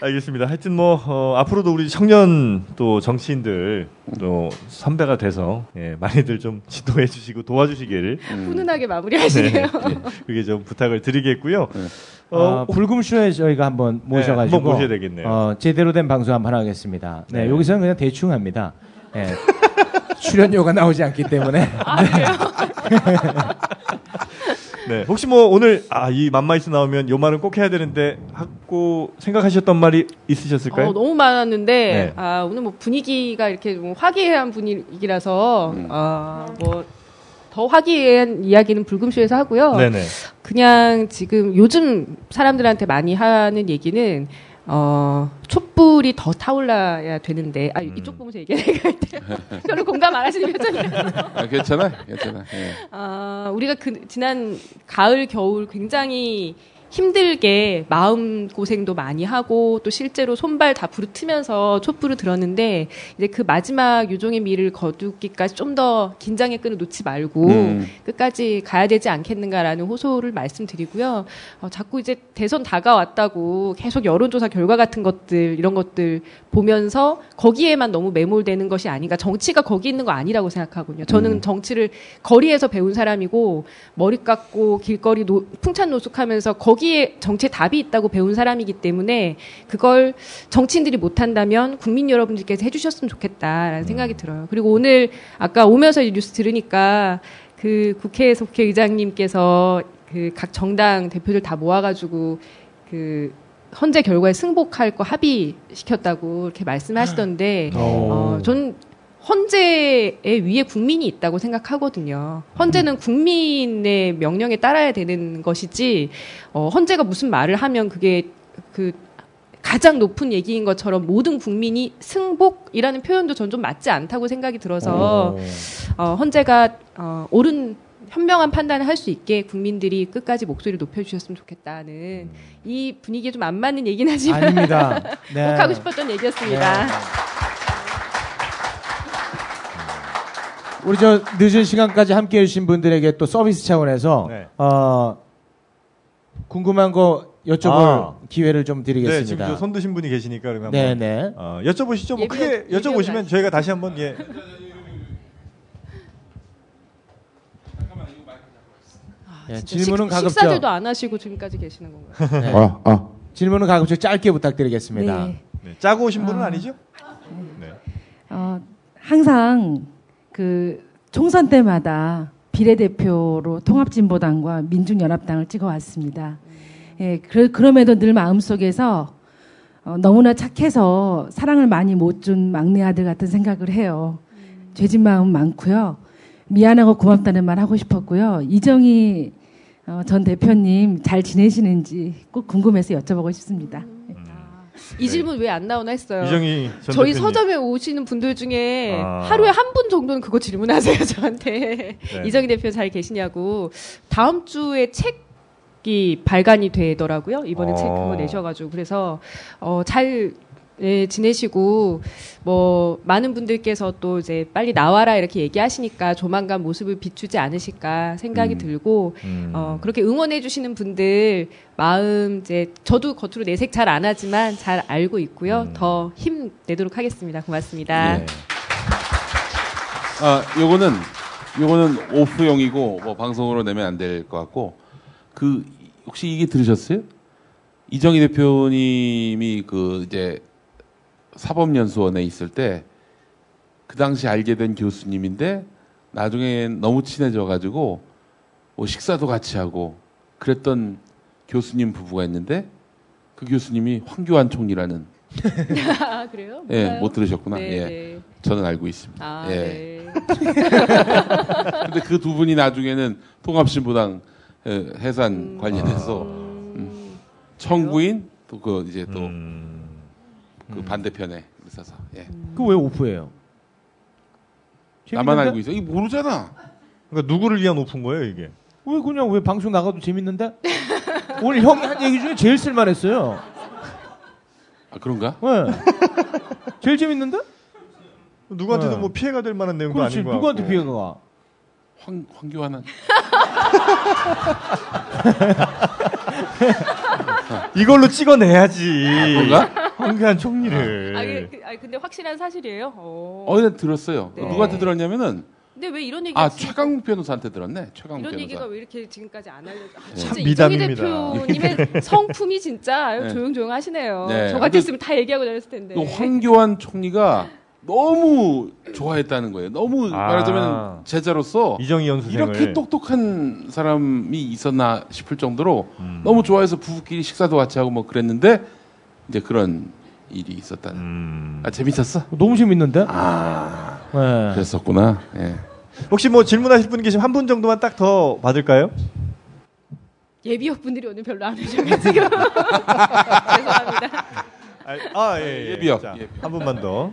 Speaker 5: 알겠습니다. 하여튼 뭐 어, 앞으로도 우리 청년 또 정치인들 또 선배가 돼서 예, 많이들 좀 지도해 주시고 도와주시기를 예,
Speaker 8: 훈훈하게 마무리하시네요.
Speaker 5: 그게 좀 부탁을 드리겠고요.
Speaker 6: 어,
Speaker 5: 어,
Speaker 6: 불금쇼에 저희가 한번 모셔가지고
Speaker 5: 네, 한번 모셔야 되겠네요.
Speaker 6: 어, 제대로 된 방송 한번 하겠습니다. 네,
Speaker 5: 네.
Speaker 6: 여기서는 그냥 대충 합니다. 네. 출연료가 나오지 않기 때문에
Speaker 5: 네. 혹시 뭐 오늘 아 이 맘마이스 나오면 요 말은 꼭 해야 되는데 하고 생각하셨던 말이 있으셨을까요?
Speaker 8: 어, 너무 많았는데
Speaker 5: 네.
Speaker 8: 아, 오늘 뭐 분위기가 이렇게 뭐 화기애애한 분위기라서
Speaker 5: 음.
Speaker 8: 아, 뭐 더 화기애애한 이야기는 불금쇼에서 하고요.
Speaker 5: 네네.
Speaker 8: 그냥 지금 요즘 사람들한테 많이 하는 얘기는 어, 촛불이 더 타올라야 되는데 아, 이쪽
Speaker 5: 음.
Speaker 8: 보면서 얘기할 때 별로 공감 안 하시는 표정이라
Speaker 7: 아, 괜찮아, 괜찮아. 예.
Speaker 8: 아, 우리가 그 지난 가을 겨울 굉장히 힘들게 마음 고생도 많이 하고 또 실제로 손발 다 부르트면서 촛불을 들었는데 이제 그 마지막 요종의 미를 거두기까지 좀 더 긴장의 끈을 놓지 말고
Speaker 7: 음.
Speaker 8: 끝까지 가야 되지 않겠는가라는 호소를 말씀드리고요. 어, 자꾸 이제 대선 다가왔다고 계속 여론조사 결과 같은 것들 이런 것들 보면서 거기에만 너무 매몰되는 것이 아닌가 정치가 거기 있는 거 아니라고 생각하거든요. 저는 정치를 거리에서 배운 사람이고 머리 깎고 길거리 노- 풍찬 노숙하면서 거기에 정치에 답이 있다고 배운 사람이기 때문에 그걸 정치인들이 못한다면 국민 여러분들께서 해주셨으면 좋겠다라는 생각이 들어요. 그리고 오늘 아까 오면서 이 뉴스 들으니까 그 국회에서 국회의장님께서 그 각 정당 대표들 다 모아가지고 그 헌재 결과에 승복할 거 합의시켰다고 이렇게 말씀하시던데 어, 전 헌재의 위에 국민이 있다고 생각하거든요. 헌재는 국민의 명령에 따라야 되는 것이지, 어, 헌재가 무슨 말을 하면 그게 그 가장 높은 얘기인 것처럼 모든 국민이 승복이라는 표현도 전 좀 맞지 않다고 생각이 들어서, 어, 헌재가, 어, 옳은 현명한 판단을 할 수 있게 국민들이 끝까지 목소리를 높여주셨으면 좋겠다는 이 분위기에 좀 안 맞는 얘기는 하지만
Speaker 6: 음. 아닙니다. 네.
Speaker 8: 꼭 하고 싶었던 얘기였습니다.
Speaker 6: 네. 우리 저 늦은 시간까지 네. 함께 해주신 분들에게 또 서비스 차원에서
Speaker 5: 네.
Speaker 6: 어, 궁금한 거 여쭤볼
Speaker 5: 아.
Speaker 6: 기회를 좀
Speaker 5: 네, 지금
Speaker 6: 드리겠습니다.
Speaker 5: 저 손 드신 분이 계시니까 그러면
Speaker 6: 네,
Speaker 5: 한번,
Speaker 6: 네.
Speaker 5: 어, 여쭤보시죠. 뭐
Speaker 8: 예비역-
Speaker 5: 크게
Speaker 8: 예비역
Speaker 5: 여쭤보시면
Speaker 8: 아니죠?
Speaker 5: 저희가 다시 한번 예.
Speaker 6: 예,
Speaker 8: 아, 진짜
Speaker 6: 질문은
Speaker 8: 식-
Speaker 6: 가급적
Speaker 8: 식사들도 안 하시고 지금까지 계시는 건가요?
Speaker 7: 아, 아.
Speaker 6: 질문은 가급적 짧게 부탁드리겠습니다.
Speaker 9: 네.
Speaker 5: 네, 짜고 오신 분은 아니죠? 네.
Speaker 9: 어, 항상 그 총선 때마다 비례대표로 통합진보당과 민중연합당을 찍어왔습니다. 예, 그, 그럼에도 늘 마음속에서 어, 너무나 착해서 사랑을 많이 못 준 막내 아들 같은 생각을 해요. 죄진 마음 많고요. 미안하고 고맙다는 말 하고 싶었고요. 이정희 어, 전 대표님 잘 지내시는지 꼭 궁금해서 여쭤보고 싶습니다.
Speaker 6: 네.
Speaker 8: 이 질문 왜 안 나오나 했어요.
Speaker 5: 이정희 전
Speaker 8: 네. 저희
Speaker 5: 대표님.
Speaker 8: 서점에 오시는 분들 중에
Speaker 5: 아.
Speaker 8: 하루에 한 분 정도는 그거 질문하세요 저한테
Speaker 5: 네.
Speaker 8: 이정희 대표 잘 계시냐고 다음 주에 책이 발간이 되더라고요 이번에
Speaker 5: 어.
Speaker 8: 책 그거 내셔가지고 그래서 어, 잘 예, 지내시고 뭐 많은 분들께서 또 이제 빨리 나와라 이렇게 얘기하시니까 조만간 모습을 비추지 않으실까 생각이
Speaker 5: 음.
Speaker 8: 들고
Speaker 5: 음.
Speaker 8: 어, 그렇게 응원해주시는 분들 마음 이제 저도 겉으로 내색 잘 안 하지만 잘 알고 있고요.
Speaker 5: 음.
Speaker 8: 더 힘내도록 하겠습니다. 고맙습니다.
Speaker 6: 네.
Speaker 5: 예.
Speaker 7: 아, 요거는 요거는 오프용이고 뭐 방송으로 내면 안 될 것 같고 그 혹시 이게 들으셨어요? 이정희 대표님이 그 이제 사법연수원에 있을 때 그 당시 알게 된 교수님인데 나중에 너무 친해져 가지고 뭐 식사도 같이 하고 그랬던 교수님 부부가 있는데 그 교수님이 황교안 총리라는
Speaker 8: 아, 그래요?
Speaker 7: 예,
Speaker 8: 몰라요?
Speaker 7: 못 들으셨구나.
Speaker 8: 네,
Speaker 7: 예.
Speaker 8: 네.
Speaker 7: 저는 알고 있습니다.
Speaker 8: 아,
Speaker 7: 예.
Speaker 8: 네.
Speaker 7: 근데 그 두 분이 나중에는 통합신보당 어, 해산
Speaker 8: 아.
Speaker 7: 관련해서
Speaker 8: 음,
Speaker 7: 청구인 또 그 이제 또 그
Speaker 5: 음.
Speaker 7: 반대편에 있어서 예.
Speaker 8: 음.
Speaker 6: 그 왜 오프예요?
Speaker 7: 나만
Speaker 6: 재밌는데?
Speaker 7: 알고 있어. 이거 모르잖아.
Speaker 5: 그러니까 누구를 위한 오픈 거예요 이게?
Speaker 6: 왜 그냥 왜 방송 나가도 재밌는데? 오늘 형이 한 얘기 중에 제일 쓸만했어요.
Speaker 7: 아 그런가?
Speaker 6: 네. 제일 재밌는데?
Speaker 5: 누구한테도
Speaker 6: 네.
Speaker 5: 뭐 피해가 될 만한 내용도
Speaker 6: 그렇지.
Speaker 5: 아닌 거
Speaker 6: 누구한테
Speaker 5: 같고.
Speaker 6: 피해가 가?
Speaker 7: 황 황교안은
Speaker 5: 이걸로 찍어내야지.
Speaker 8: 네.
Speaker 7: 그런가?
Speaker 5: 황교안
Speaker 8: 아, 그-
Speaker 5: 총리를.
Speaker 8: 그- 아, 근데 확실한 사실이에요. 어.
Speaker 7: 네. 어제 예, 들었어요.
Speaker 8: 네.
Speaker 7: 누구한테 들었냐면은
Speaker 8: 근데 왜 이런 얘기
Speaker 7: 아 최강욱 변호사한테 들었네. 최강욱
Speaker 8: 이런
Speaker 7: 변호사. 예.
Speaker 8: 얘기가 왜 이렇게 지금까지 안 알려져? 아,
Speaker 5: 참
Speaker 8: 진짜 이정희
Speaker 5: 미담입니다.
Speaker 8: 대표님의 성품이 진짜
Speaker 7: 네.
Speaker 8: 조용조용 하시네요.
Speaker 7: 네.
Speaker 8: 저 같았으면 다 얘기하고 다녔을 텐데.
Speaker 7: 또 황교안 총리가 너무 좋아했다는 거예요. 너무
Speaker 5: 아.
Speaker 7: 말하자면 제자로서
Speaker 5: 이정희 연수생을
Speaker 7: 이렇게 똑똑한 사람이 있었나 싶을 정도로
Speaker 5: 음.
Speaker 7: 너무 좋아해서 부부끼리 식사도 같이 하고 뭐 그랬는데 이제 그런 일이 있었다는.
Speaker 5: 음.
Speaker 7: 아 재밌었어?
Speaker 6: 너무 재밌는데? 네.
Speaker 7: 그랬었구나. 예.
Speaker 5: 혹시 뭐 질문하실 분 계시면 한 분 정도만 딱 더 받을까요?
Speaker 8: 예비역 분들이 오늘 별로 안 오셔가지고 죄송합니다.
Speaker 5: 아, 아, 예, 예.
Speaker 7: 예비역,
Speaker 5: 자,
Speaker 7: 예비역.
Speaker 5: 한 분만 더.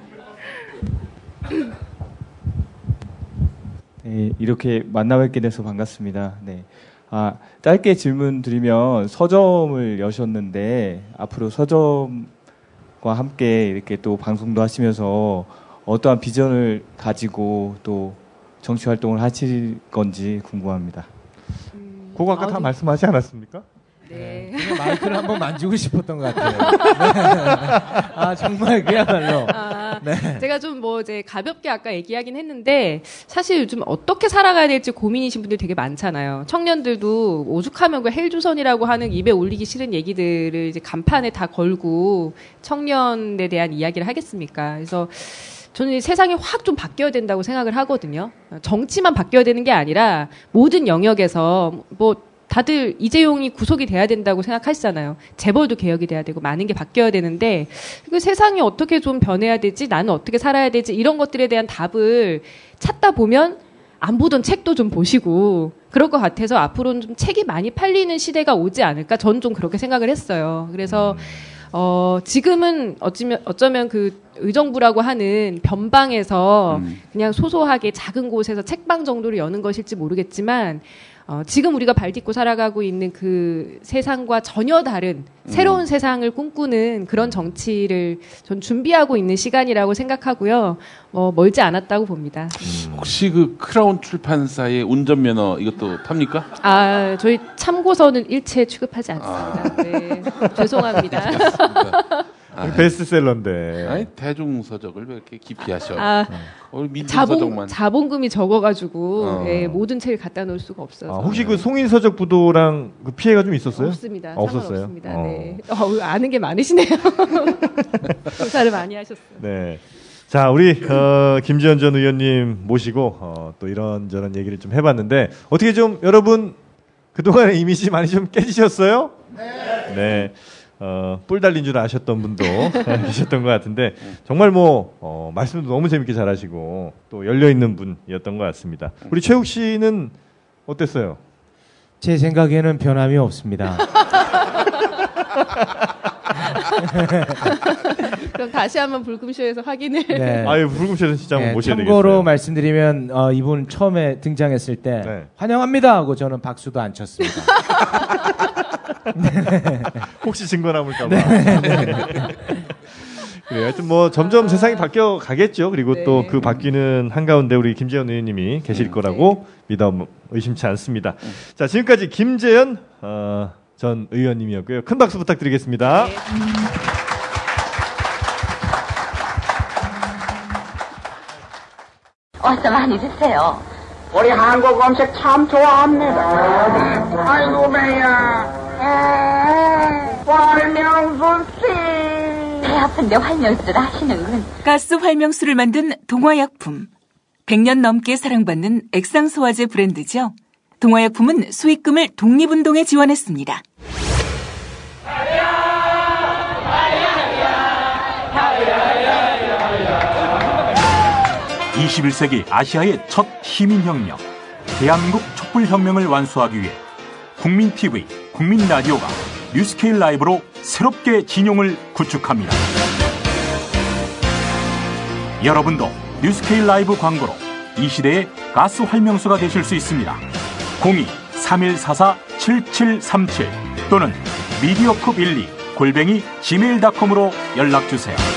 Speaker 10: 네, 이렇게 만나뵙게 돼서 반갑습니다. 네. 아, 짧게 질문 드리면 서점을 여셨는데 앞으로 서점과 함께 이렇게 또 방송도 하시면서 어떠한 비전을 가지고 또 정치 활동을 하실 건지 궁금합니다.
Speaker 5: 그거 아까 다 말씀하지 않았습니까?
Speaker 8: 네.
Speaker 6: 그냥 마이크를 한번 만지고 싶었던 것 네. 같아요. 네. 아 정말 그야말로.
Speaker 8: 아, 제가 좀 뭐 이제 가볍게 아까 얘기하긴 했는데 사실 요즘 어떻게 살아가야 될지 고민이신 분들 되게 많잖아요. 청년들도 오죽하면 그 헬조선이라고 하는 입에 올리기 싫은 얘기들을 이제 간판에 다 걸고 청년에 대한 이야기를 하겠습니까? 그래서 저는 이 세상이 확 좀 바뀌어야 된다고 생각을 하거든요. 정치만 바뀌어야 되는 게 아니라 모든 영역에서 뭐 다들 이재용이 구속이 돼야 된다고 생각하시잖아요. 재벌도 개혁이 돼야 되고 많은 게 바뀌어야 되는데 그 세상이 어떻게 좀 변해야 되지? 나는 어떻게 살아야 되지? 이런 것들에 대한 답을 찾다 보면 안 보던 책도 좀 보시고 그럴 것 같아서 앞으로는 좀 책이 많이 팔리는 시대가 오지 않을까? 전 좀 그렇게 생각을 했어요. 그래서 어 지금은 어쩌면 어쩌면 그 의정부라고 하는 변방에서
Speaker 7: 음.
Speaker 8: 그냥 소소하게 작은 곳에서 책방 정도를 여는 것일지 모르겠지만 어, 지금 우리가 발딛고 살아가고 있는 그 세상과 전혀 다른
Speaker 7: 음.
Speaker 8: 새로운 세상을 꿈꾸는 그런 정치를 전 준비하고 있는 시간이라고 생각하고요. 어, 멀지 않았다고 봅니다.
Speaker 7: 혹시 그 크라운 출판사의 운전면허 이것도 탑니까?
Speaker 8: 아, 저희 참고서는 일체 취급하지
Speaker 7: 아.
Speaker 8: 않습니다. 네, 죄송합니다.
Speaker 5: 아, 베스트셀러인데.
Speaker 7: 네. 아니 대중 서적을 왜 이렇게 깊이 하셔?
Speaker 8: 아,
Speaker 7: 오늘 민중
Speaker 8: 자본
Speaker 7: 서적만
Speaker 8: 자본금이 적어가지고
Speaker 7: 어.
Speaker 8: 예, 모든 책을 갖다 놓을 수가
Speaker 5: 아,
Speaker 8: 없어서
Speaker 5: 혹시 그 송인서적 부도랑 그 피해가 좀 있었어요?
Speaker 8: 없습니다.
Speaker 5: 아, 없었어요?
Speaker 8: 상관없습니다.
Speaker 5: 어.
Speaker 8: 네. 어, 아는 게 많으시네요. 조사를 많이 하셨어요.
Speaker 5: 네. 자, 우리 어, 김지현 전 의원님 모시고 어, 또 이런저런 얘기를 좀 해봤는데 어떻게 좀 여러분 그동안의 이미지 많이 좀 깨지셨어요? 네. 어, 뿔 달린 줄 아셨던 분도 계셨던 것 같은데 정말 뭐 어, 말씀도 너무 재밌게 잘하시고 또 열려 있는 분이었던 것 같습니다. 우리 최욱 씨는 어땠어요?
Speaker 6: 제 생각에는 변함이 없습니다.
Speaker 8: 그럼 다시 한번 불금쇼에서 확인을.
Speaker 6: 네.
Speaker 5: 아유 불금쇼는 진짜 한번
Speaker 6: 네,
Speaker 5: 모셔야 되겠어요.
Speaker 6: 참고로 말씀드리면 어, 이분 처음에 등장했을 때
Speaker 5: 네.
Speaker 6: 환영합니다 하고 저는 박수도 안 쳤습니다.
Speaker 5: 혹시 증거 남을까봐. 그래, 하여튼 뭐 점점 세상이 바뀌어 가겠죠. 그리고
Speaker 8: 네.
Speaker 5: 또 그 바뀌는 한가운데 우리 김재현 의원님이 계실 거라고 믿어 의심치 않습니다. 자, 지금까지 김재현 어, 전 의원님이었고요. 큰 박수 부탁드리겠습니다.
Speaker 1: 어서 많이 드세요.
Speaker 2: 우리 한국 음식 참 좋아합니다. 아이고 매야. 활명수 씨.
Speaker 1: 배 아픈데 활명수를 하시는군.
Speaker 3: 가스 활명수를 만든 동화약품. 100년 넘게 사랑받는 액상소화제 브랜드죠. 동화약품은 수익금을 독립운동에 지원했습니다.
Speaker 4: 다 21세기 아시아의 첫 시민혁명, 대한민국 촛불혁명을 완수하기 위해 국민 TV, 국민 라디오가 뉴스케일 라이브로 새롭게 진용을 구축합니다. 여러분도 뉴스케일 라이브 광고로 이 시대의 가스 활명수가 되실 수 있습니다. 02-3144-7737 또는 미디어컵12 골뱅이 gmail.com으로 연락주세요.